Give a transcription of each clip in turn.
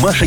Маша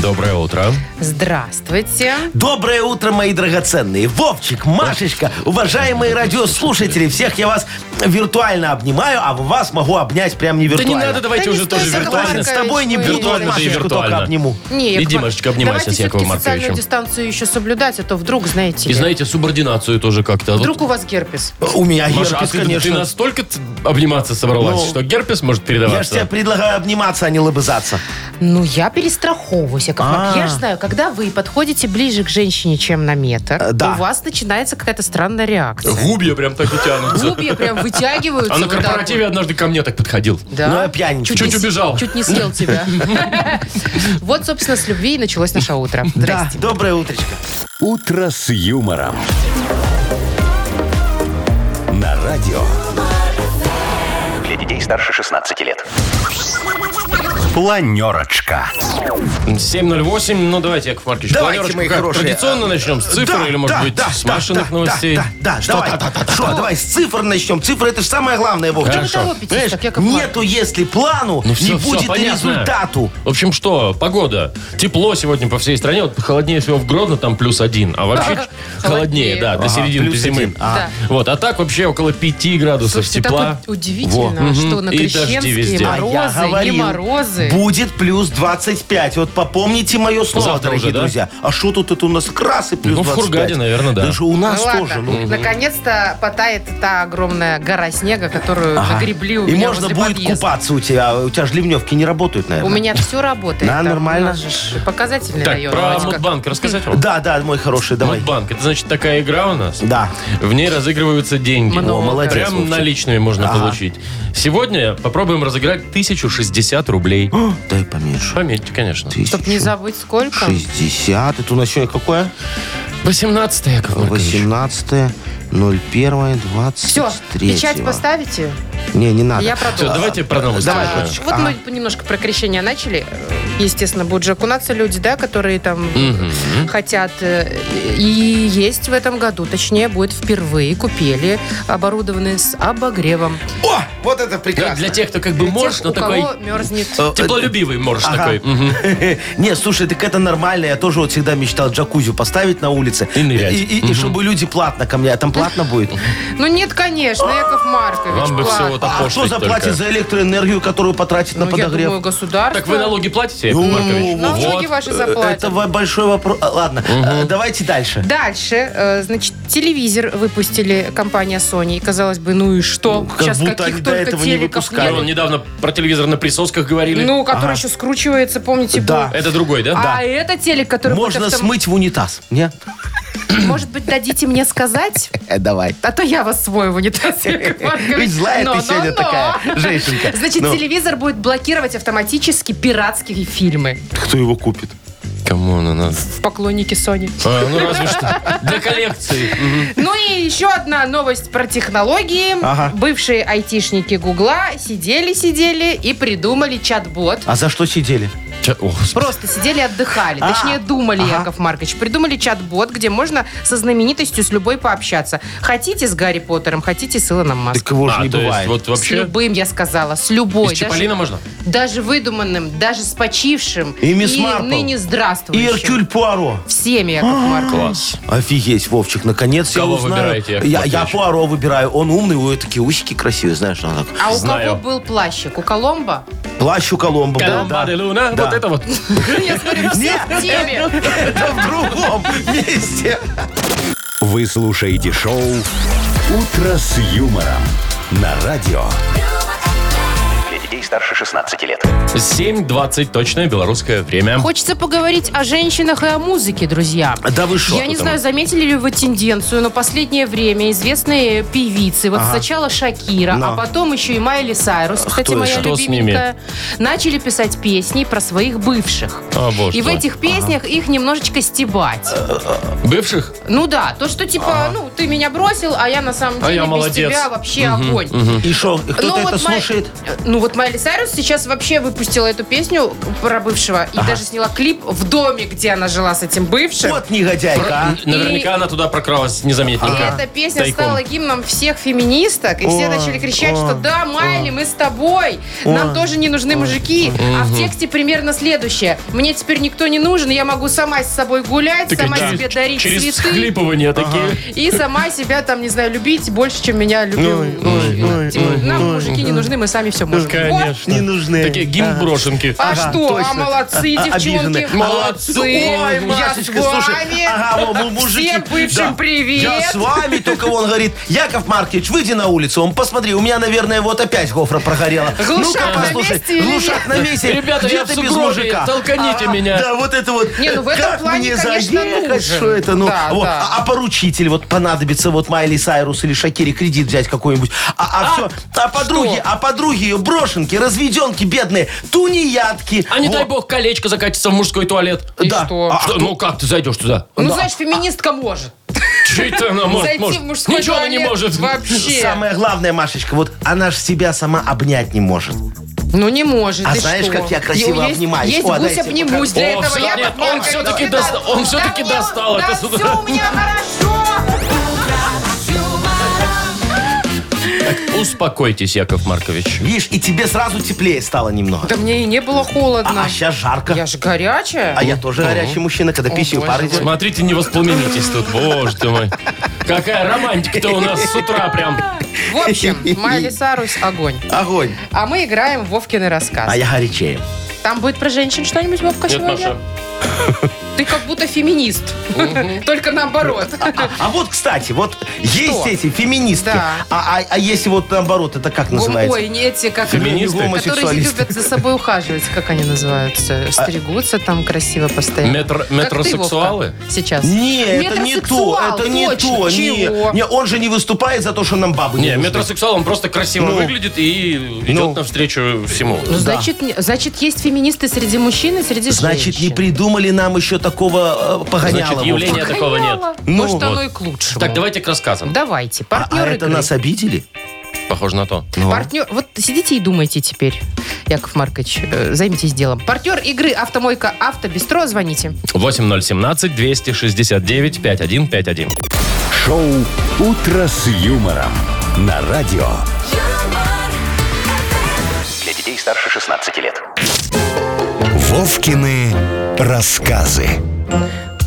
Доброе утро. Здравствуйте. Доброе утро, мои драгоценные. Вовчик, Машечка, уважаемые радиослушатели, всех я вас виртуально обнимаю, а вас могу обнять прям не Да не виртуально. надо, давайте Да не уже стоит, тоже Яков виртуально. Согласен, с тобой не Ой, буду, виртуально, да и Машечку только виртуально. обниму. Не, Иди, Яков Марк- Машечка, обнимайся Давайте с Яковом все-таки Марковичем. социальную дистанцию еще соблюдать, а то вдруг, знаете И ли, знаете, субординацию тоже как-то. а Вот, вдруг у вас герпес. У меня Маша, а герпес, ты, ты конечно. настолько т- обниматься собралась, Ну. что герпес может Я же тебе передаваться. предлагаю обниматься, а не лобызаться. Ну, я перестраховываюсь, Яков Маркович. Я А. же знаю, когда вы подходите ближе к женщине, чем на метр, Э, да. у вас начинается какая-то странная реакция. Губья прям так и тянутся. Губья прям вытягиваются. А на вот так корпоративе однажды ко мне так подходил. вот. Да. Ну, я пьяненький. Чуть не с- убежал. Чуть не съел тебя. Вот, собственно, с любви и началось наше утро. Да, Здрасте. доброе утречко. «Утро с юмором». На радио. Для детей старше 16 лет. Планерочка. 7.08, ну давайте, Яков Маркович, Давайте, планерочку мои как, хорошие. Традиционно начнем с цифры Да, или, может да, быть, да, с да, Машиных да, новостей? Да, да, да, Что давай. та- та- та- Что, та- давай, с цифр начнем. Цифры, это же самое главное, Вовчик. Хорошо. Вы торопитесь Знаешь, так, Яков Маркович. нету, если плану, Ну, всё, не всё, будет и понятно. результату. В общем, что, погода. Тепло сегодня по всей стране. Вот холоднее всего в Гродно, там плюс один. А вообще холоднее, да, до середины до плюс зимы. один. А. Да. Вот, а так вообще около 5 градусов Слушайте, тепла. так у- удивительно, Во. что Мгм. на И дожди Крещенские везде. А я морозы, не говорил, морозы. Будет плюс 25. Вот попомните мое слово, Завтра дорогие уже, да? друзья. А что тут это у нас красы плюс Ну, в 25? Хургаде, наверное, да. Даже у Ну нас ладно, тоже. ну. наконец-то потает та огромная гора снега, которую Ага. нагребли у А. И меня можно возле будет подъезда. купаться у тебя. У тебя же ливневки не работают, У наверное. меня все работает. Да, там нормально. у нас же ж показательный Так, район. про Давайте как- Мудбанк рассказать вам? Да, да, мой хороший, Ну, давай. Мудбанк, это значит такая игра у нас. Да. В ней разыгрываются деньги. Много. О, молодец. Прям Вовчик. наличными можно Ага. получить. Сегодня попробуем разыграть 1060 рублей. О, Дай поменьше. Пометьте, конечно. Чтоб не забыть, сколько? 60. Это у нас сегодня какое? 18 Яков Маркович. 18 01 23 Все, печать поставите. Не, не надо. Я Все, продолжу. давайте про новости. Давай, уже. Машечка. Вот А. мы немножко про крещение начали. Естественно, будут же окунаться люди, да, которые там хотят. э, И есть в этом году, точнее, будет впервые купели, оборудованные с обогревом. О, вот это Для, прекрасно. для тех, кто как бы Для морж, тех, но у такой... кого мерзнет. Э, Теплолюбивый морж Ага. такой. Мгм. Не, слушай, так это нормально. Я тоже вот всегда мечтал джакузи поставить на улице. И нырять. И, и- и чтобы люди платно ко мне. А там платно будет? Ну нет, конечно, Яков Маркович. Вам бы все платно. вот А кто опошлить только. заплатит за электроэнергию, которую потратит на Ну, я подогрев? думаю, государство. Так вы налоги платите, Яков Ну, Маркович? Вот. Налоги ваши заплатят. Это во- большой вопрос. А, Ладно, э, давайте дальше. Дальше, э, значит, телевизор выпустили компания Sony. И, казалось бы, ну и что? как будто они до этого не выпускали. Вон недавно про телевизор на присосках говорили. Ну, который еще скручивается, помните? Да. был? Это другой, да? А это телек, который... будет Можно автом- смыть в унитаз. Не? Может быть, дадите мне сказать? Э, давай. А то я вас свой в унитаз, Яков Маркович. Ведь злая Но, ты но, сегодня но. такая, женщинка. Значит, Ну. телевизор будет блокировать автоматически пиратские фильмы. Кто его купит? а- Кому она надо? В поклоннике Sony. А, ну, разве что. Для коллекции. Мгм. Ну и еще одна новость про технологии. Ага. Бывшие айтишники Гугла сидели-сидели и придумали чат-бот. А за что сидели? Ча- о, господи. Просто сидели, отдыхали. А, Точнее, думали, ага. Яков Маркович. Придумали чат-бот, где можно со знаменитостью с любой пообщаться. Хотите с Гарри Поттером, хотите с Илоном Маском. Так его же А, не то есть бывает. вот С вообще... любым, я сказала. С любой. Из Даже, Чиполлино можно? даже выдуманным, даже с почившим. И мисс Марпл. ныне И здравствующим. Эркюль А. Пуаро. Всеми, Яков Маркович. Класс. Офигеть, Вовчик, наконец Кого я узнаю. выбираете, Яков я, я Маркович? Пуаро выбираю. Он умный, у него такие усики красивые, знаешь. она так. А у Знаю. кого был плащик? У Коломба? Плащ у Коломбо. был, Колумба да. де Луна, Да. вот это вот. Я смотрю, все Нет, в теме. это в другом месте. Вы слушаете шоу «Утро с юмором» на радио. Для детей старше 16 лет. 7.20, точное белорусское время. Хочется поговорить о женщинах и о музыке, друзья. Да вы что? Я не знаю, заметили ли вы тенденцию, но последнее время известные певицы, вот сначала Шакира, Но. а потом еще и Майли Сайрус, кстати, это? моя Что с любименькая, начали писать песни про своих бывших. О, боже И в мой. этих песнях их немножечко стебать. Бывших? Ну да, то, что типа, ну, ты меня бросил, а я на самом деле я без молодец. тебя вообще огонь. И что, кто-то Ну, это вот Май- слушает? Ну вот Майли Сайрус сейчас вообще выпустила эту песню про бывшего. И даже сняла клип в доме, где она жила с этим бывшим. Вот негодяйка, а. Наверняка И- она туда прокралась И незаметненько. эта песня Тайком. стала гимном всех феминисток. И все начали кричать, что да, Майли, мы с тобой. Нам тоже не нужны мужики. А в тексте примерно следующее. Мне теперь никто не нужен, я могу сама с собой гулять, Так, сама да, себе дарить через цветы. всхлипывания такие. И сама себя там, не знаю, любить больше, чем меня любил. мужчина. Типа, Нам мужики не нужны, мы сами все можем. Вот. Конечно. Не нужны. Такие гимн Ага. брошенки. А Ага, что? точно. А молодцы, А- девчонки. обижены. Молодцы. Ой, Я Машечка, с слушай, вами. ага, во, мы мужики. Всем бывшим Да. Я привет. с вами, только он говорит, Яков Маркович, выйди на улицу, он посмотри, у меня, наверное, вот опять гофра прогорела. Глушак Ну-ка, на послушай, месте или глушак на месте. Ребята, а, Где я в ты без сугробе, мужика? толканите А, меня. Да, вот это вот. Не, ну в этом как плане, мне конечно, заехать, нужен. что это? Ну, Да, вот. да. А, а поручитель вот понадобится, вот Майли Сайрус или Шакири кредит взять какой-нибудь. А, а все, а подруги, а подруги ее брошенки, разведенки бедные, тунеядки. А не Вот. дай бог колечко закатится в мужской туалет. И Да. что? Что, ну как ты зайдешь туда? Ну, знаешь, феминистка может. Чей ты она может? Зайти может? в мужской Ничего она не туалет может. Вообще. Самое главное, Машечка, вот она ж себя сама обнять не может. Ну не может. А ты знаешь, что? как я красиво есть, обнимаюсь? Есть О, гусь дайте обнимусь. Для О, этого всё, я нет, поднял он всё-таки кредит. доста- он всё-таки да мне- достал Да это все сюда. у меня хорошо. Успокойтесь, Яков Маркович. Видишь, и тебе сразу теплее стало немного. Да мне и не было холодно. А сейчас жарко. Я же горячая. А я тоже горячий мужчина, когда пищу боже пар идет. Смотрите, не воспламенитесь тут. Боже ты мой. Какая романтика-то у нас с утра прям. В общем, Майли Сарус огонь. Огонь. А мы играем в Вовкины рассказ. А я горячее. Там будет про женщин что-нибудь, Вовка, Нет, сегодня? Маша. Ты как будто феминист. Только наоборот. А, а вот, кстати, вот есть эти феминистки. Да. А, а- а если вот наоборот, это как называется? Ой, не эти, как... Феминисты? Которые не Гомосексуалисты. А- любят за собой ухаживать, как они называются. Стригутся там красиво постоянно. Метро- Как ты, метросексуалы? Вовка, Сейчас. Не, это не то, Метросексуал, это не точно. то. Чего? Не, не, он же не выступает за то, что нам бабы не, Не, нужны. метросексуал, он просто красиво Ну. выглядит и идет Ну. навстречу всему. Ну, значит, не- значит, есть феминисты среди мужчин и среди женщин. Значит, не придумали нам еще такого э, погоняла. Значит, явления Вовчик. такого нет. Ну Может, вот. оно и к лучшему. Так, давайте к рассказам. Давайте. А, а Партнер это игры. нас обидели? Похоже на то. Партнер, вот сидите и думайте теперь, Яков Маркович, э, займитесь делом. Партнер игры «Автомойка Автобестро». Звоните. 8017-269-5151. Шоу «Утро с юмором» на радио. Для детей старше 16 лет. Вовкины рассказы.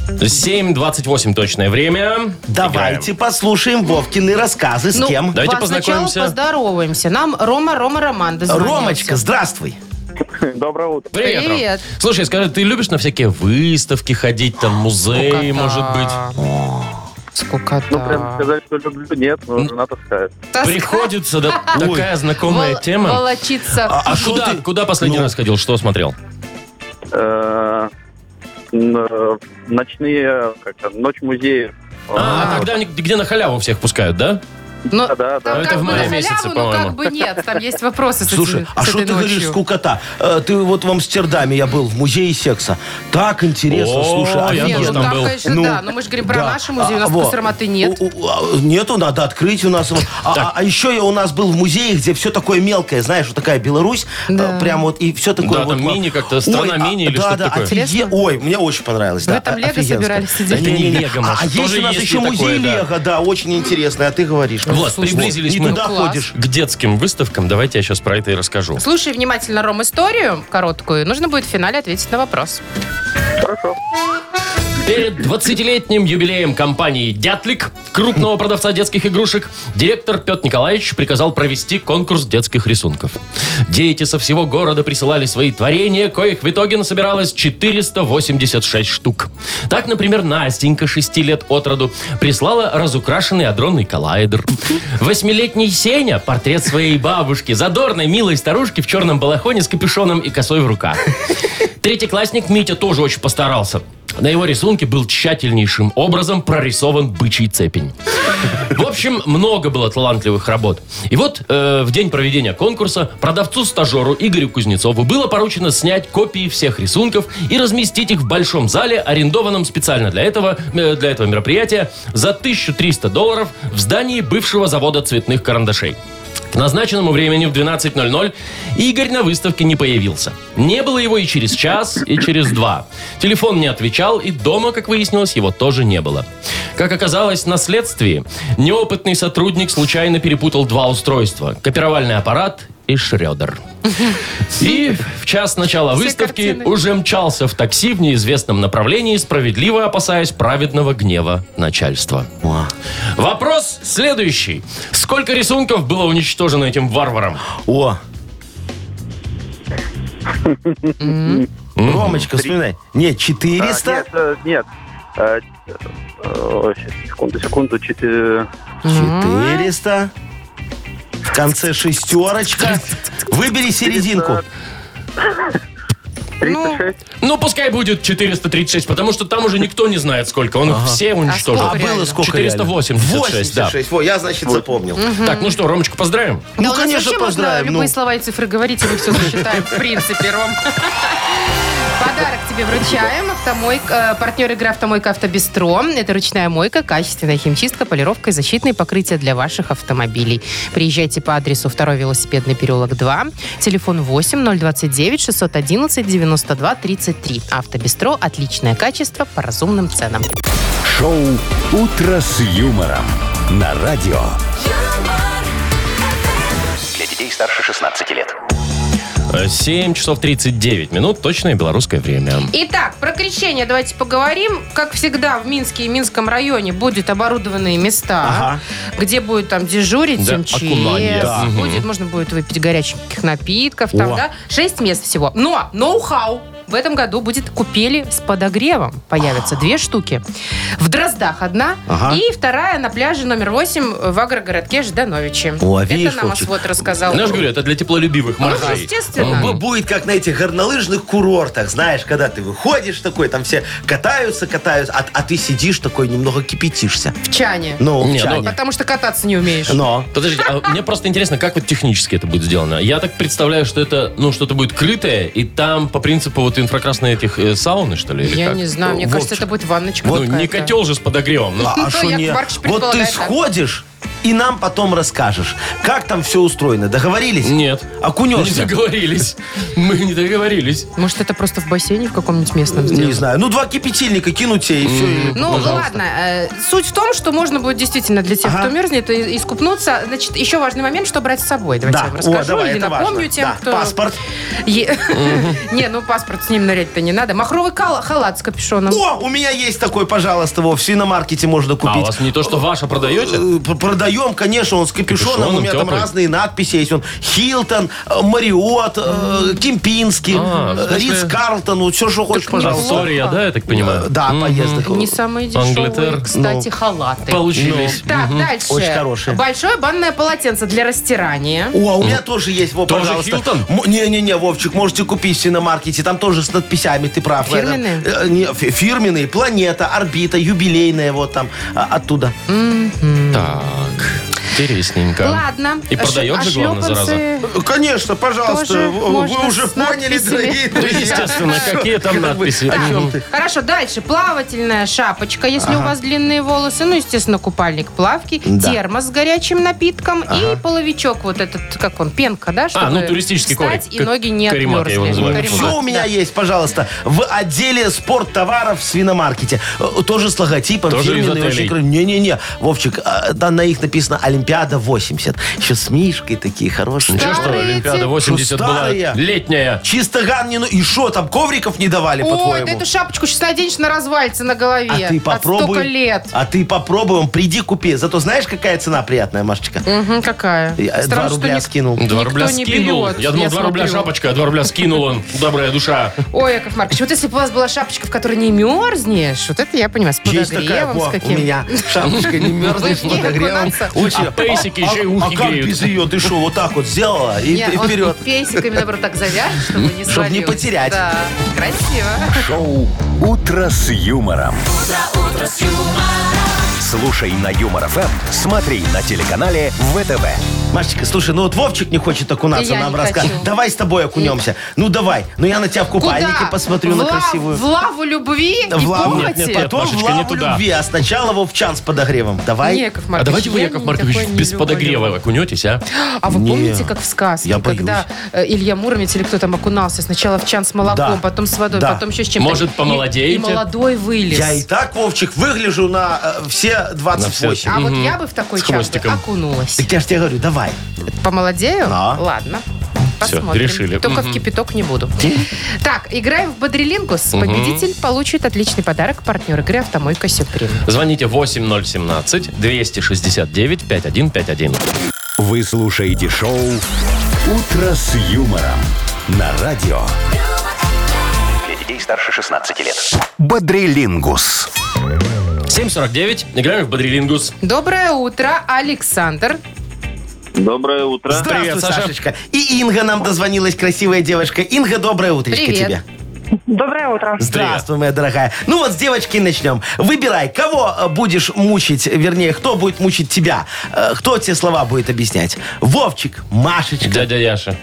7.28 точное время. Ну. Давайте послушаем Вовкины рассказы с Ну, кем. Давайте по- познакомимся. Сначала поздороваемся. Нам Рома, Рома, Роман дозвонился. Ромочка, здравствуй. Доброе утро. Привет, Ром. Привет. Слушай, скажи, ты любишь на всякие выставки ходить, там музеи, Скукота. может быть? Скукота. Ну, прям сказать, что люблю, нет, ну, но жена таскает. Тоска. Приходится, да, такая знакомая А Вол- тема. Волочиться. А, А куда, что ты- куда последний Ну. раз ходил, что смотрел? Э, н- э, Ночные, как там, ночь музеев. А, тогда они- где на халяву всех пускают, да? Но Да, да, там да. это как в бы мае на месяце, халяву, но по-моему. как бы нет. Там есть вопросы с этим- Слушай, а с что этой ты говоришь, ночью. скукота? Э, Ты вот в Амстердаме, я был в музее секса. Так интересно, О, слушай. а я Не, офигенно. тоже ну там там, был. конечно, да. Но мы же говорим про Да. наши музеи, у нас А, во. Косарматы нет. У- у- а, Нету, надо открыть у нас. его. А, а- а еще я у нас был в музее, где все такое мелкое, знаешь, вот такая Беларусь, Да. а, прям вот и все такое. Да, вот, там вот. мини как-то, страна Ой, а, мини или да, что-то да, такое. офиге- Ой, мне очень понравилось. Вы да, там о- лего офигенско. собирались сидеть? Это не Не-не-не. лего, А, Маша, а есть тоже у нас есть еще и такое, музей да. лего, да, очень интересный, а ты говоришь. Вот, приблизились не мы туда Ну, класс. ходишь. к детским выставкам. Давайте я сейчас про это и расскажу. Слушай внимательно, Ром, историю короткую. Нужно будет в финале ответить на вопрос. Хорошо. Перед 20-летним юбилеем компании «Дятлик», крупного продавца детских игрушек, директор Петр Николаевич приказал провести конкурс детских рисунков. Дети со всего города присылали свои творения, коих в итоге насобиралось 486 штук. Так, например, Настенька, 6 лет от роду, прислала разукрашенный адронный коллайдер. Восьмилетний Сеня – портрет своей бабушки, задорной милой старушки в черном балахоне с капюшоном и косой в руках. Третьеклассник Митя тоже очень постарался. На его рисунке был тщательнейшим образом прорисован бычий цепень. В общем, много было талантливых работ. И вот э, в день проведения конкурса продавцу-стажеру Игорю Кузнецову было поручено снять копии всех рисунков и разместить их в большом зале, арендованном специально для этого, э, для этого мероприятия, за 1300 долларов в здании бывшего завода цветных карандашей. К назначенному времени в 12.00 Игорь на выставке не появился. Не было его и через час, и через два. Телефон не отвечал, и дома, как выяснилось, его тоже не было. Как оказалось, на следствии неопытный сотрудник случайно перепутал два устройства. Копировальный аппарат и Шредер. И в час начала Все выставки картины. уже мчался в такси в неизвестном направлении, справедливо опасаясь праведного гнева начальства. Вопрос следующий. Сколько рисунков было уничтожено этим варваром? О. Ромочка, вспоминай. Нет, А, 400? нет, э, нет. Э, э, щас, секунду, секунду, э, четы- А, 400. В конце шестерочка. Выбери серединку. 36. Ну, пускай будет 436, потому что там уже никто не знает сколько. Он их все уничтожил. сколько А было реально? сколько реально? 486, да. 86. Во, я, значит, запомнил. Так, ну что, Ромочка, поздравим. Да Ну, у нас конечно, вообще можно поздравим. ну. любые слова и цифры говорить, и мы все засчитаем, в принципе, Ром. Подарок тебе вручаем. Автомойка, э, партнер игры «Автомойка Автобестро». Это ручная мойка, качественная химчистка, полировка и защитные покрытия для ваших автомобилей. Приезжайте по адресу 2 велосипедный переулок 2, телефон 8 029 611 92 33. «Автобестро» – отличное качество по разумным ценам. Шоу «Утро с юмором» на радио. Для детей старше 16 лет. 7 Э, часов 39 минут, точное белорусское время. Итак, про крещение давайте поговорим. Как всегда, в Минске и Минском районе будут оборудованные места, где будет там дежурить Да, МЧС, окунание. Да. будет, можно будет выпить горячих напитков, там, О. да, шесть мест всего. Но ноу-хау в этом году будет купели с подогревом. Появятся две штуки. В Дроздах одна, Ага. и вторая на пляже номер 8 в агрогородке Ждановичи. О, видишь, Это нам Вовчик. Освод рассказал. Знаешь, Ну, говорю, это для теплолюбивых Ну, моржей. естественно. Бу- Будет как на этих горнолыжных курортах, знаешь, когда ты выходишь такой, там все катаются, катаются, а, а ты сидишь такой, немного кипятишься. В чане. Ну, Не, в чане. Потому что кататься не умеешь. Но. Подождите, а мне просто интересно, как вот технически это будет сделано. Я так представляю, что это, ну, что-то будет крытое, и там по принципу вот инфракрасной этих э, сауны, что ли, или Я как? не знаю, мне Вот кажется, ж- это будет ванночка Ну, какая-то. не котел же с подогревом. ну. А Ну, что Яков не? Маркович Вот ты предполагает так. сходишь и нам потом расскажешь, как там все устроено. Договорились? А Нет. Не Окунешься? договорились. Мы не договорились. Может, это просто в бассейне в каком-нибудь местном Не сделано? знаю. Ну, два кипятильника кинуть тебе и все. Ну, ладно. э, Суть в том, что можно будет действительно для тех, Ага. кто мерзнет, и- искупнуться. Значит, еще важный момент, что брать с собой. Давайте я Да. вам О, расскажу давай, или это напомню важно. тем, Да. кто... Паспорт. Е- Не, ну паспорт с ним нырять-то не надо. Махровый кал- халат с капюшоном. О, у меня есть такой, пожалуйста, во, в свиномаркете можно А у купить. вас не то, что ваше продаете? Э, п- Продаем, конечно, он с капюшоном. Капюшоном у меня там теплый. разные надписи есть. Он Хилтон, э, Мариот, э, Кемпинский, А, в э, смысле? Ридс Карлтон. Ну, все, что хочешь, пожалуйста. Ассория, да, А я так понимаю? Да, Мгм. поездок. Не самые дешевые, Англитер. кстати, халаты. Получились. Так, дальше. Ну, Очень хорошие. Большое банное полотенце для растирания. О, а у меня тоже есть, Вов, Тоже пожалуйста. Хилтон? М- Не-не-не, Вовчик, можете купить в синомаркете, там тоже с надписями, ты прав. в этом. Фирменные? Э, не, фи- фирменные, планета, орбита, юбилейная, вот там, а, оттуда. Ну, Так, интересненько. Ладно. И продает же, главное, зараза. Ошлепанцы. Э, Конечно, пожалуйста, Тоже вы- можно вы уже с поняли, надписями. дорогие друзья. Ну, Естественно, какие там надписи? Так, Мгм. Хорошо, дальше. Плавательная шапочка, если у вас длинные волосы. Ну, естественно, купальник плавки. Да. Термос с горячим напитком. И половичок вот этот, как он, пенка, да? чтобы ну, туристический встать коврик, и как ноги не каремат я его отмерзли. называю. Каремат, Все у меня да. есть, пожалуйста, в отделе спорттоваров в свиномаркете. Э, Тоже с логотипом, Тоже из фирменный, отелей. очень красивый. Не-не-не, Вовчик, а, там на их написано Олимпиада 80. Еще с Мишкой такие хорошие. Ничего, что Старые Олимпиада эти- 80 была Шестая. летняя. Чисто ганнину. И шо, там ковриков не давали, Ой, по-твоему? да эту шапочку сейчас наденешь на развалится на голове. А ты От столько попробуй. лет. А ты попробуем, приди купи. Зато знаешь, какая цена приятная, Машечка? Мгм, какая? А Я Странно, Два что рубля не- скинул. Два Никто рубля не скинул. берет, Я думал, я два рубля смотрю. шапочка, а два рубля скинул он. Добрая душа. Ой, Яков Маркович, вот если бы у вас была шапочка, в которой не мерзнешь, вот это я понимаю, с Есть такая, подогревом, Ну, во, с у каким. меня шапочка не мерзнет с Вы в ней подогревом. окунаться? Очень- А песики еще и а ухи как греют. без ее? Ты что, вот так вот сделала и Не, ты он вперед. пенсиками, наоборот, так завяжет, чтобы не Чтоб не свалилось. потерять. Да, красиво. Шоу «Утро с юмором». Слушай на Юмор ФМ, смотри на телеканале ВТВ. Машечка, слушай, ну вот Вовчик не хочет окунаться, Я нам не рассказывать. хочу. Давай с тобой окунемся. Ну давай. Ну я на тебя в купальнике посмотрю в на лав- красивую. В лаву любви В и лаву. похоти? Нет, нет, Потом в Машечка, не лаву туда. любви, а сначала Вовчан с подогревом. Давай. Яков Маркович, А давайте вы, я Яков не- Маркович, такое не без люблю. подогрева окунетесь, а? А вы Не, помните, как в сказке, я боюсь. когда э, Илья Муромец или кто там окунался сначала в чан с молоком, Да. потом с водой, Да. потом еще с чем-то. Может, И- помолодеете? И, молодой вылез. Я и так, Вовчик, выгляжу на э, все 28. На все. А вот я бы в такой С чан бы хвостиком. окунулась. Так я ж тебе говорю, давай. Помолодею? Да. Ладно. Всё, Посмотрим. решили. Только Мгм. в кипяток не буду. Так, играем в Бодрилингус. Победитель получит отличный подарок. Партнер игры «Автомойка Сюприм». Звоните 8017-269-5151. Вы слушаете шоу «Утро с юмором» на радио Для детей старше 16 лет. «Бодрилингус». 749. Играем в Бодрилингус. Доброе утро, Александр. Ну, Доброе утро. Здравствуй, Привет, Саша. Сашечка. И Инга нам дозвонилась, красивая девочка. Инга, доброе утречко Привет. тебе. Доброе утро. Здравствуй, моя дорогая. Ну вот с девочки начнем. Выбирай, кого э, будешь мучить, вернее, кто будет мучить тебя. Э, Кто те слова будет объяснять? Вовчик, Машечка. Дядя Яша.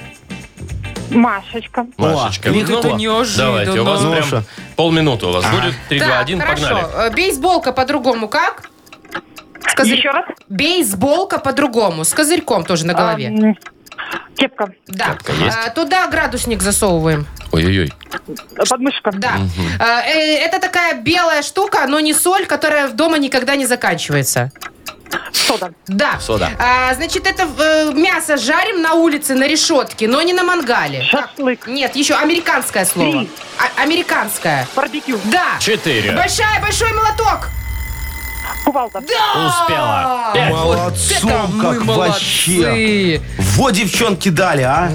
Машечка. О, Машечка. Ну, или кто? Это неожиданно. Давайте, у вас Ну, прям шо? полминуты у вас будет. 3, 2, Так, 1, хорошо. погнали. Э, Бейсболка по-другому как? С козырь- Еще раз. Бейсболка по-другому, с козырьком тоже на голове. Ам, Кепка. да. кепка есть? А, туда градусник засовываем. Ой-ой-ой. Подмышка. Да. А, э, это такая белая штука, но не соль, которая дома никогда не заканчивается. Сода. Да. Сода. А, значит, это э, мясо жарим на улице на решетке, но не на мангале. Шашлык. Нет, еще американское слово. Три. А- американское. Барбекю. Да. 4. Большая, большой молоток. Кувалда. Да. Успела. Пять. Молодцом, Мы как вообще. молодцы. Во, девчонки дали, а?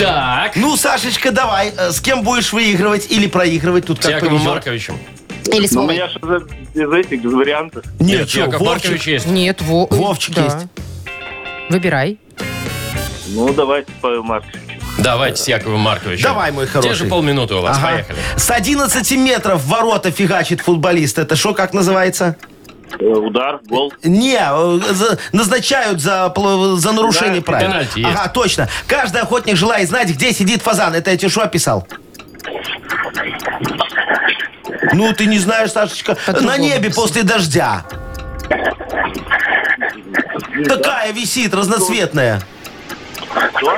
Так. Ну, Сашечка, давай, э, с кем будешь выигрывать или проигрывать? Тут С как Яковом повезет. Марковичем. Или с Ну, у Вовой. меня же из из этих вариантов. Нет, чё, Яков Маркович Вовчик. есть. Нет, Во- э, Вовчик да. есть. Выбирай. Ну, давайте по Марковичу. Давайте с Яковом Марковичем. Давай, мой Те же хороший. полминуты у вас. Ага. Поехали. С 11 метров в ворота фигачит футболист. Это что, как называется? Э, Удар, гол. Не, э, за- назначают за, пл- за нарушение Да, правил. пенальти есть. ага, точно. Каждый охотник желает знать, где сидит фазан. Это я тебе что описал? Ну, ты не знаешь, Сашечка, на небе после дождя. Такая висит, разноцветная. Что?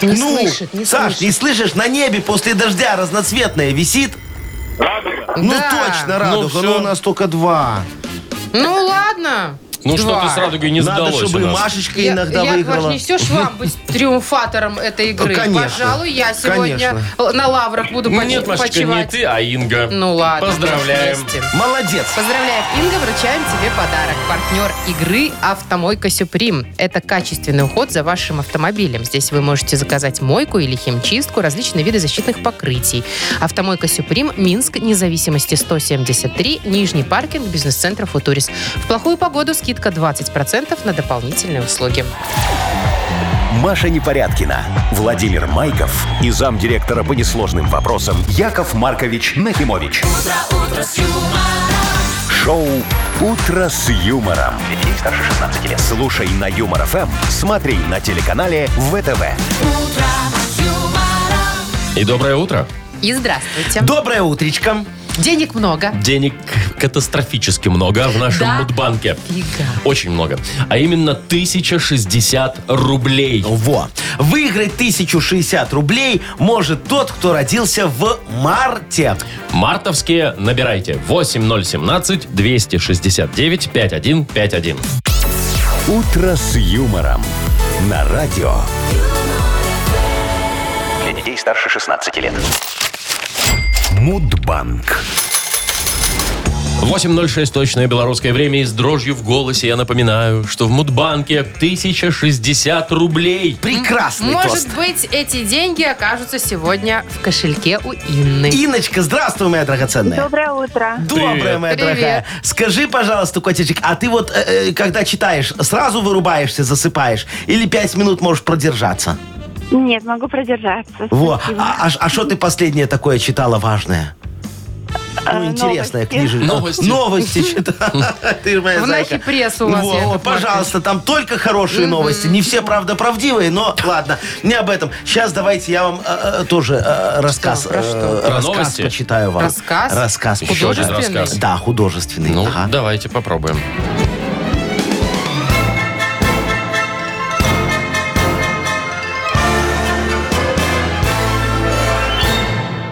Не ну, слышит, не Саш, слышит. не слышишь, на небе после дождя разноцветная висит. Радуга. Ну, Да. точно, радуга. всё. но у нас только два. Ну ладно. Ну что-то Два. с радугой не Надо, сдалось у чтобы нас. Машечка Я- иногда Яков выиграла. Маркович, несешь вам быть триумфатором этой игры? Ну, конечно. Пожалуй, я сегодня Конечно. на лаврах буду Ну, поч- Ну, Нет, Машечка, не почивать. ты, а Инга. Ну ладно. Поздравляем. вместе. Молодец. Поздравляем, Инга, вручаем тебе подарок. Партнер игры «Автомойка Сюприм». Это качественный уход за вашим автомобилем. Здесь вы можете заказать мойку или химчистку, различные виды защитных покрытий. «Автомойка Сюприм», Минск, независимости 173, Нижний паркинг, бизнес-центр «Футурис». В плохую погоду скидка 20% на дополнительные услуги. Маша Непорядкина, Владимир Майков и замдиректора по несложным вопросам Яков Маркович Нахимович. Шоу Утро с юмором. Детей старше 16 лет. Слушай на юмор ФМ, смотри на телеканале ВТВ. И доброе утро. И здравствуйте. Доброе утречко. Денег много. Денег катастрофически много в нашем Да. мудбанке. Фига. Очень много. А именно 1060 рублей. Во. Выиграть 1060 рублей может тот, кто родился в марте. Мартовские набирайте. 8017 269 5151. Утро с юмором. На радио. Для детей старше 16 лет. Мудбанк. 8.06 точное белорусское время и с дрожью в голосе я напоминаю, что в Мудбанке 1060 рублей. Прекрасный Может тост. быть, эти деньги окажутся сегодня в кошельке у Инны. Иночка, здравствуй, моя драгоценная. Доброе утро. Доброе, Привет. моя Привет. дорогая. Скажи, пожалуйста, котичек, а ты вот, э, э, когда читаешь, сразу вырубаешься, засыпаешь? Или пять минут можешь продержаться? Нет, могу продержаться. Э, Во. Спасибо. А что ты последнее такое читала важное? Э, Ну, интересная новости. книжечка. Новости. Новости читаю. Ты ж моя В зайка. Нахи пресс у вас, Во, Яков Пожалуйста, там только хорошие новости. Не все, правда, правдивые, но ладно. Не об этом. Сейчас давайте я вам э, э, тоже э, рассказ Про что? э, Про рассказ новости? почитаю вам. Рассказ? Рассказ. Еще один почитаю. рассказ. Да, художественный. Ну, Ага. давайте попробуем.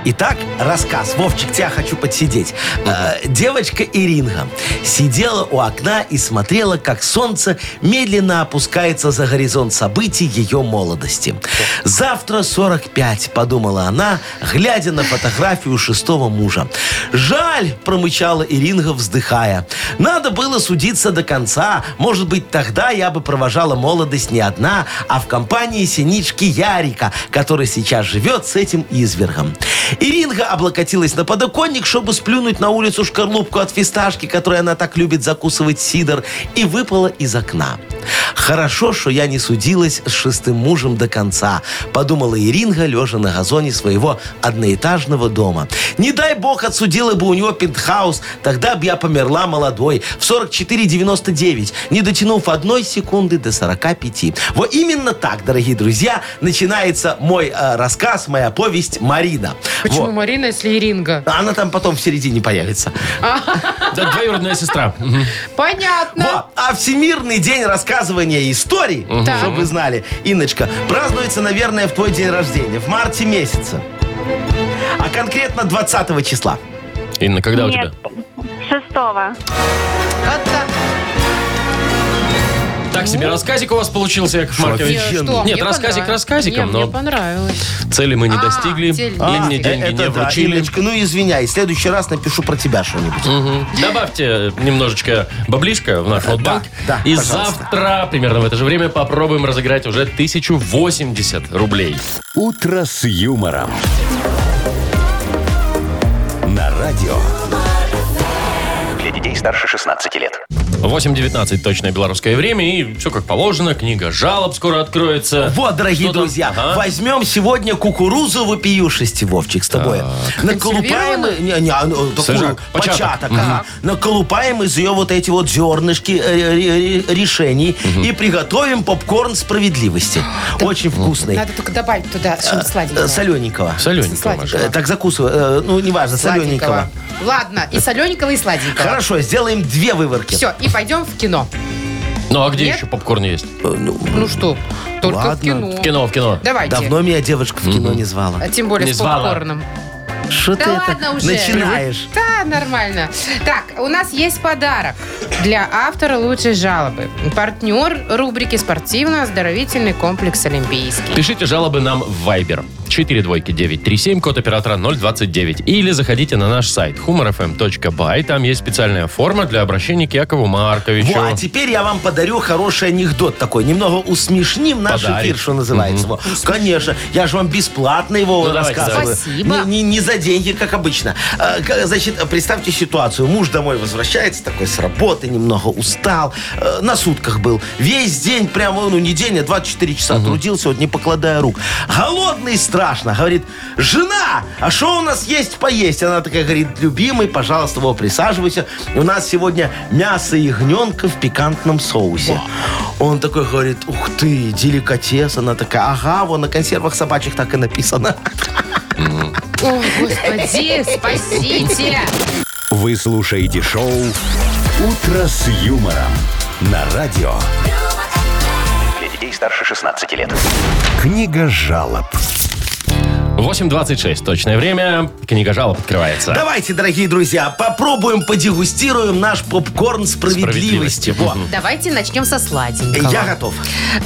Итак, рассказ. Вовчик, тебя хочу подсидеть. Э, девочка Иринга сидела у окна и смотрела, как солнце медленно опускается за горизонт событий ее молодости. Завтра 45, подумала она, глядя на фотографию шестого мужа. Жаль, промычала Иринга, вздыхая. Надо было судиться до конца. Может быть, тогда я бы провожала молодость не одна, а в компании синички Ярика, который сейчас живет с этим извергом. Иринга облокотилась на подоконник, чтобы сплюнуть на улицу шкарлупку от фисташки, которой она так любит закусывать сидор, и выпала из окна. «Хорошо, что я не судилась с шестым мужем до конца», — подумала Иринга, лежа на газоне своего одноэтажного дома. «Не дай бог отсудила бы у него пентхаус, тогда бы я померла молодой, в 44,99, не дотянув одной секунды до 45. Вот именно так, дорогие друзья, начинается мой э, рассказ, моя повесть «Марина». Почему Во. Марина, если Иринга? Она там потом в середине появится. Да, двоюродная сестра. Мгм. Понятно. Во. А Всемирный день рассказывания историй, Так. чтобы вы знали, Инночка, празднуется, наверное, в твой день рождения, в марте месяце. А конкретно 20 числа. Инна, когда у тебя? Нет. Шестого. А так, Так себе рассказик у вас получился, Яков Маркович. офигенно. что, Нет, мне рассказик понравилось. рассказиком, Не, но- Мне понравилось. Цели мы не А, достигли, цель не Инне достигли. деньги не А, э, Это да, вручили. Инночка, ну извиняй, в следующий раз напишу про тебя что-нибудь. Мгм. Добавьте немножечко баблишка в наш банк. да, и пожалуйста. завтра, примерно в это же время, попробуем разыграть уже 1080 рублей. «Утро с юмором». На радио. Для детей старше 16 лет. 8.19 точное белорусское время, и все как положено. Книга жалоб скоро откроется. Вот, дорогие Что там? друзья, Ага. возьмем сегодня кукурузу вопиюшести, Вовчик, с тобой. Наколупаем... и- Не, не, а, ну, такую, Сажак, початок. початок, ага. Наколупаем из ее вот эти вот зернышки э, э, э, решений и приготовим попкорн справедливости. Очень вкусный. Надо только добавить туда что-нибудь Э, сладенького. Солененького. Солененького, Маша. Сладенького. Э, Так закусывай. э, Ну, неважно, солененького. Сладенького. Ладно, и солененького, и сладенького. Хорошо, сделаем две выворки. Все, и пойдем в кино. Ну а где Нет? еще попкорн есть? Ну что, только в ладно. кино. В кино, в кино. Давайте. Давно меня девочка в кино не звала. А тем более Не с звала. попкорном. Что Да ты ладно это уже. начинаешь? Да, нормально. Так, у нас есть подарок для автора лучшей жалобы. Партнер рубрики «Спортивно-оздоровительный комплекс Олимпийский». Пишите жалобы нам в Viber. 4 двойки 937, код оператора 029. Или заходите на наш сайт humorfm.by. Там есть специальная форма для обращения к Якову Марковичу. Во, а теперь я вам подарю хороший анекдот такой. Немного усмешним наш Подарим. эфир, что называется. Во. Конечно, я же вам бесплатно его Ну, давайте, рассказываю. давайте. Спасибо. Не, не- не за деньги, как обычно. А, к- Значит, представьте ситуацию. Муж домой возвращается, такой с работы, немного устал, э, на сутках был. Весь день, прямо, ну не день, а 24 часа трудился, вот не покладая рук. Голодный страшно. Говорит, жена, а что у нас есть поесть? Она такая говорит, любимый, пожалуйста, вот присаживайся. У нас сегодня мясо ягненка в пикантном соусе. Он такой говорит, ух ты, деликатес. Она такая, ага, вон на консервах собачьих так и написано. О, господи, спасите! Вы слушаете шоу «Утро с юмором». На радио. Для детей старше 16 лет. Книга жалоб. 8.26 точное время. Книга жалоб открывается. Давайте, дорогие друзья, попробуем, подегустируем наш попкорн справедливости. Во. Мгм. Давайте начнем со сладенького. Я готов.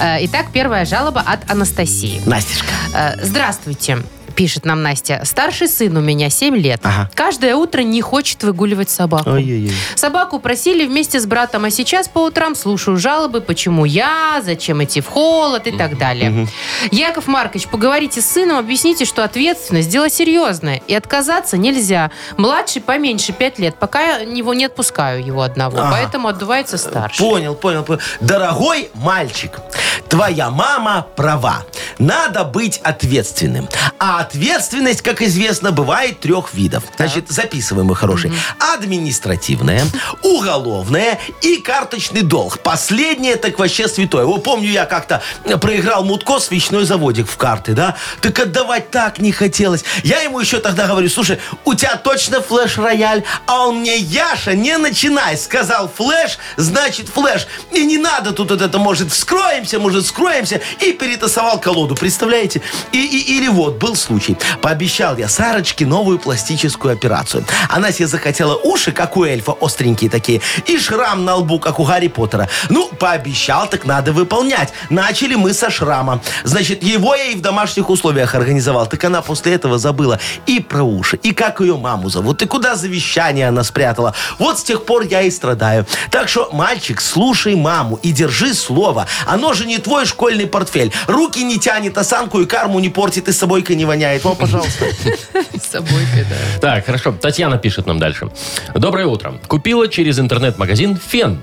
Э, Итак, первая жалоба от Анастасии. Настюшка. Э, Здравствуйте. Пишет нам Настя. Старший сын у меня 7 лет. Ага. Каждое утро не хочет выгуливать собаку. Ой-ой-ой. Собаку просили вместе с братом, а сейчас по утрам слушаю жалобы, почему я, зачем идти в холод и так далее. Яков Маркович, поговорите с сыном, объясните, что ответственность дело серьезное, и отказаться нельзя. Младший поменьше 5 лет, пока я его не отпускаю его одного, Ага. поэтому отдувается старший. Понял, понял, понял. Дорогой мальчик, Твоя мама права. Надо быть ответственным. А ответственность, как известно, бывает трех видов. Значит, записываем, мы хорошие. Административная, уголовная и карточный долг. Последнее так вообще святое. Вот помню, я как-то проиграл Мутко свечной заводик в карты, да? Так отдавать так не хотелось. Я ему еще тогда говорю, слушай, у тебя точно флеш-рояль? А он мне, Яша, не начинай. Сказал флеш, значит флеш. И не надо тут вот это, может, вскроемся, может, скроемся. И перетасовал колоду, представляете? И, и- или вот, был случай. Пообещал я Сарочке новую пластическую операцию. Она себе захотела уши, как у эльфа, остренькие такие, и шрам на лбу, как у Гарри Поттера. Ну, пообещал, так надо выполнять. Начали мы со шрама. Значит, его я и в домашних условиях организовал. Так она после этого забыла и про уши, и как ее маму зовут, и куда завещание она спрятала. Вот с тех пор я и страдаю. Так что, мальчик, слушай маму и держи слово. Оно же не твой школьный портфель. Руки не тянет, осанку и карму не портит, и с собойкой не воняет. Во, пожалуйста. С собой, да. Так, хорошо. Татьяна пишет нам дальше. Доброе утро. Купила через интернет-магазин фен.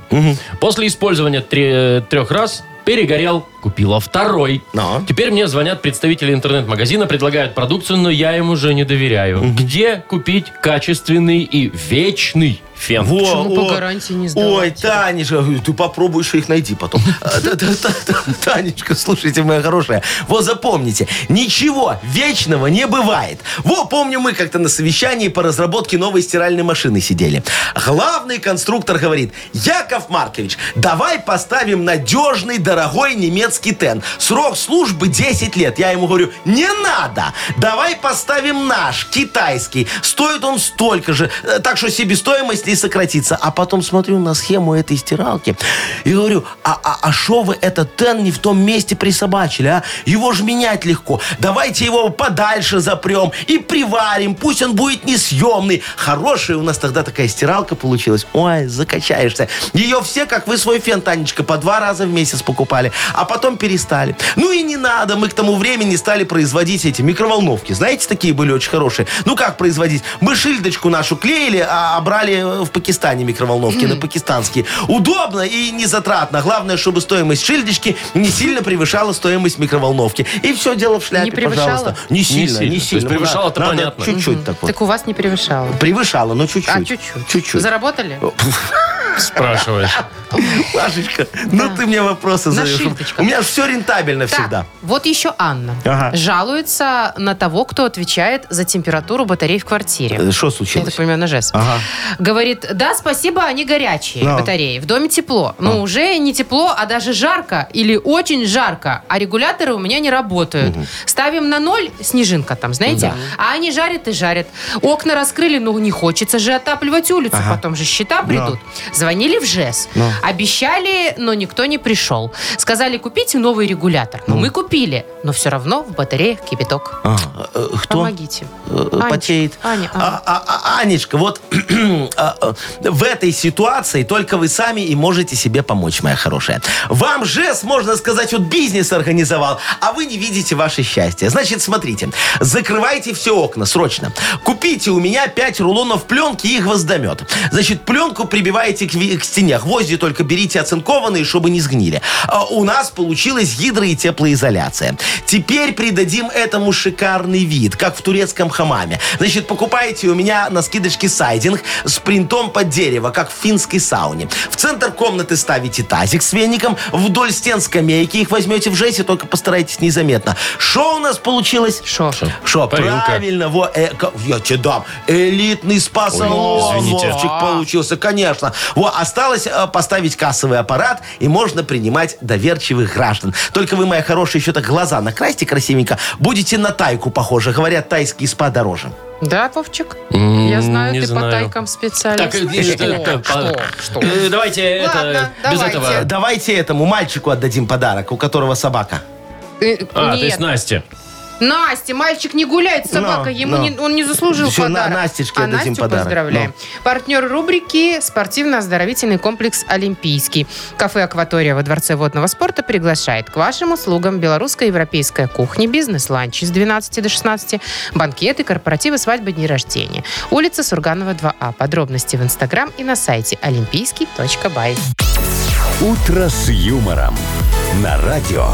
После использования тре- трех раз перегорел, купила второй. Но. Теперь мне звонят представители интернет-магазина, предлагают продукцию, но я им уже не доверяю. Где купить качественный и вечный фен? Во, Почему по о. гарантии не Ой, сдавать? Танечка, говорю, ты попробуй еще их найди потом. А, та- та- та- та- Танечка, слушайте, моя хорошая, вот запомните, ничего вечного не бывает. Во, помню, мы как-то на совещании по разработке новой стиральной машины сидели. Главный конструктор говорит, Яков Маркович, давай поставим надежный, дорогой немецкий тен. Срок службы 10 лет. Я ему говорю, не надо, давай поставим наш, китайский. Стоит он столько же, э, так что себестоимость не сократится. А потом смотрю на схему этой стиралки и говорю, а а а шо вы этот тен не в том месте присобачили, а? Его же менять легко. Давайте его подальше запрем и приварим, пусть он будет несъемный. Хорошая у нас тогда такая стиралка получилась. Ой, закачаешься. Ее все, как вы свой фен, Танечка, по два раза в месяц покупали, а потом перестали. Ну и не надо, мы к тому времени стали производить эти микроволновки. Знаете, такие были очень хорошие. Ну как производить? Мы шильдочку нашу клеили, а а брали в Пакистане микроволновки, на пакистанские. Удобно и не затратно. Главное, чтобы стоимость шильдочки не сильно превышала стоимость микроволновки. И все дело в шляпе, Не превышала? пожалуйста. Не сильно, сильно. не То есть сильно. Ну, превышала, надо- это надо понятно. Чуть-чуть так вот. Так у вас не превышало. Превышала, но чуть-чуть. А, чуть-чуть. Чуть-чуть. Заработали? Спрашиваешь. Машечка, ну ты мне вопросы На задаешь. шильдочках. У меня все рентабельно Так, всегда. вот еще Анна Ага. жалуется на того, кто отвечает за температуру батарей в квартире. Э, Что Я так случилось? понимаю, на жест. Ага. Говорит, да, спасибо, они горячие, Да. батареи. В доме тепло. Но уже не тепло, а даже жарко или очень жарко. А регуляторы у меня не работают. Ставим на ноль, снежинка там, знаете? А они жарят и жарят. Окна раскрыли, ну не хочется же отапливать улицу. Потом же счета придут. Звонили в ЖЭС. Обещали, но никто не пришел. Сказали, купите новый регулятор. Но мы купили. Но все равно в батареях кипяток. Ага. Э, Кто? Помогите. э, Анечка, потеет. Аня, Аня. А- а- а- Анечка, вот а, а, в этой ситуации только вы сами и можете себе помочь, моя хорошая. Вам ЖЭС, можно сказать, вот бизнес организовал, а вы не видите ваше счастье. Значит, смотрите, закрывайте все окна срочно. Купите у меня 5 рулонов пленки и гвоздомет. Значит, пленку прибиваете к, ви- к стене. Гвозди только берите оцинкованные, чтобы не сгнили. А у нас получилась гидро- и теплоизоляция. Теперь придадим этому шикарный вид, как в турецком хамаме. Значит, покупаете у меня на скидочке сайдинг с принтом под дерево, как в финской сауне. В центр комнаты ставите тазик с веником, вдоль стен скамейки их возьмете в жесте, только постарайтесь незаметно. Что у нас получилось? Шо? Что, Парилка. правильно, во, э, ка- я тебе дам. Элитный спа салон извините. Вовчик, получился, конечно. Во, осталось э, поставить кассовый аппарат, и можно принимать доверчивых граждан. Только вы, моя хорошая, еще так глаза накрасьте красивенько, будете на тайку похожи. Говорят, тайские спа дороже. Да, Вовчик? М, Я знаю, не ты по знаю. тайкам специалист. Так, э, э, э, по- Э, Давайте это Ладно, без давайте. Э, этого. Давайте этому мальчику отдадим подарок, у которого собака. Э, А, то есть Нет, Настя. Настя, мальчик не гуляет с собакой, Но, ему но. не- он не заслужил Еще на- подарок. Настечке а дадим Настю подарок, поздравляем. Партнер рубрики «Спортивно-оздоровительный комплекс Олимпийский». Кафе «Акватория» во Дворце водного спорта приглашает к вашим услугам белорусская и европейская кухня, бизнес-ланчи с 12 до 16, банкеты, корпоративы, свадьбы, дни рождения. Улица Сурганова, 2А. Подробности в Инстаграм и на сайте олимпийский.бай. «Утро с юмором» на радио.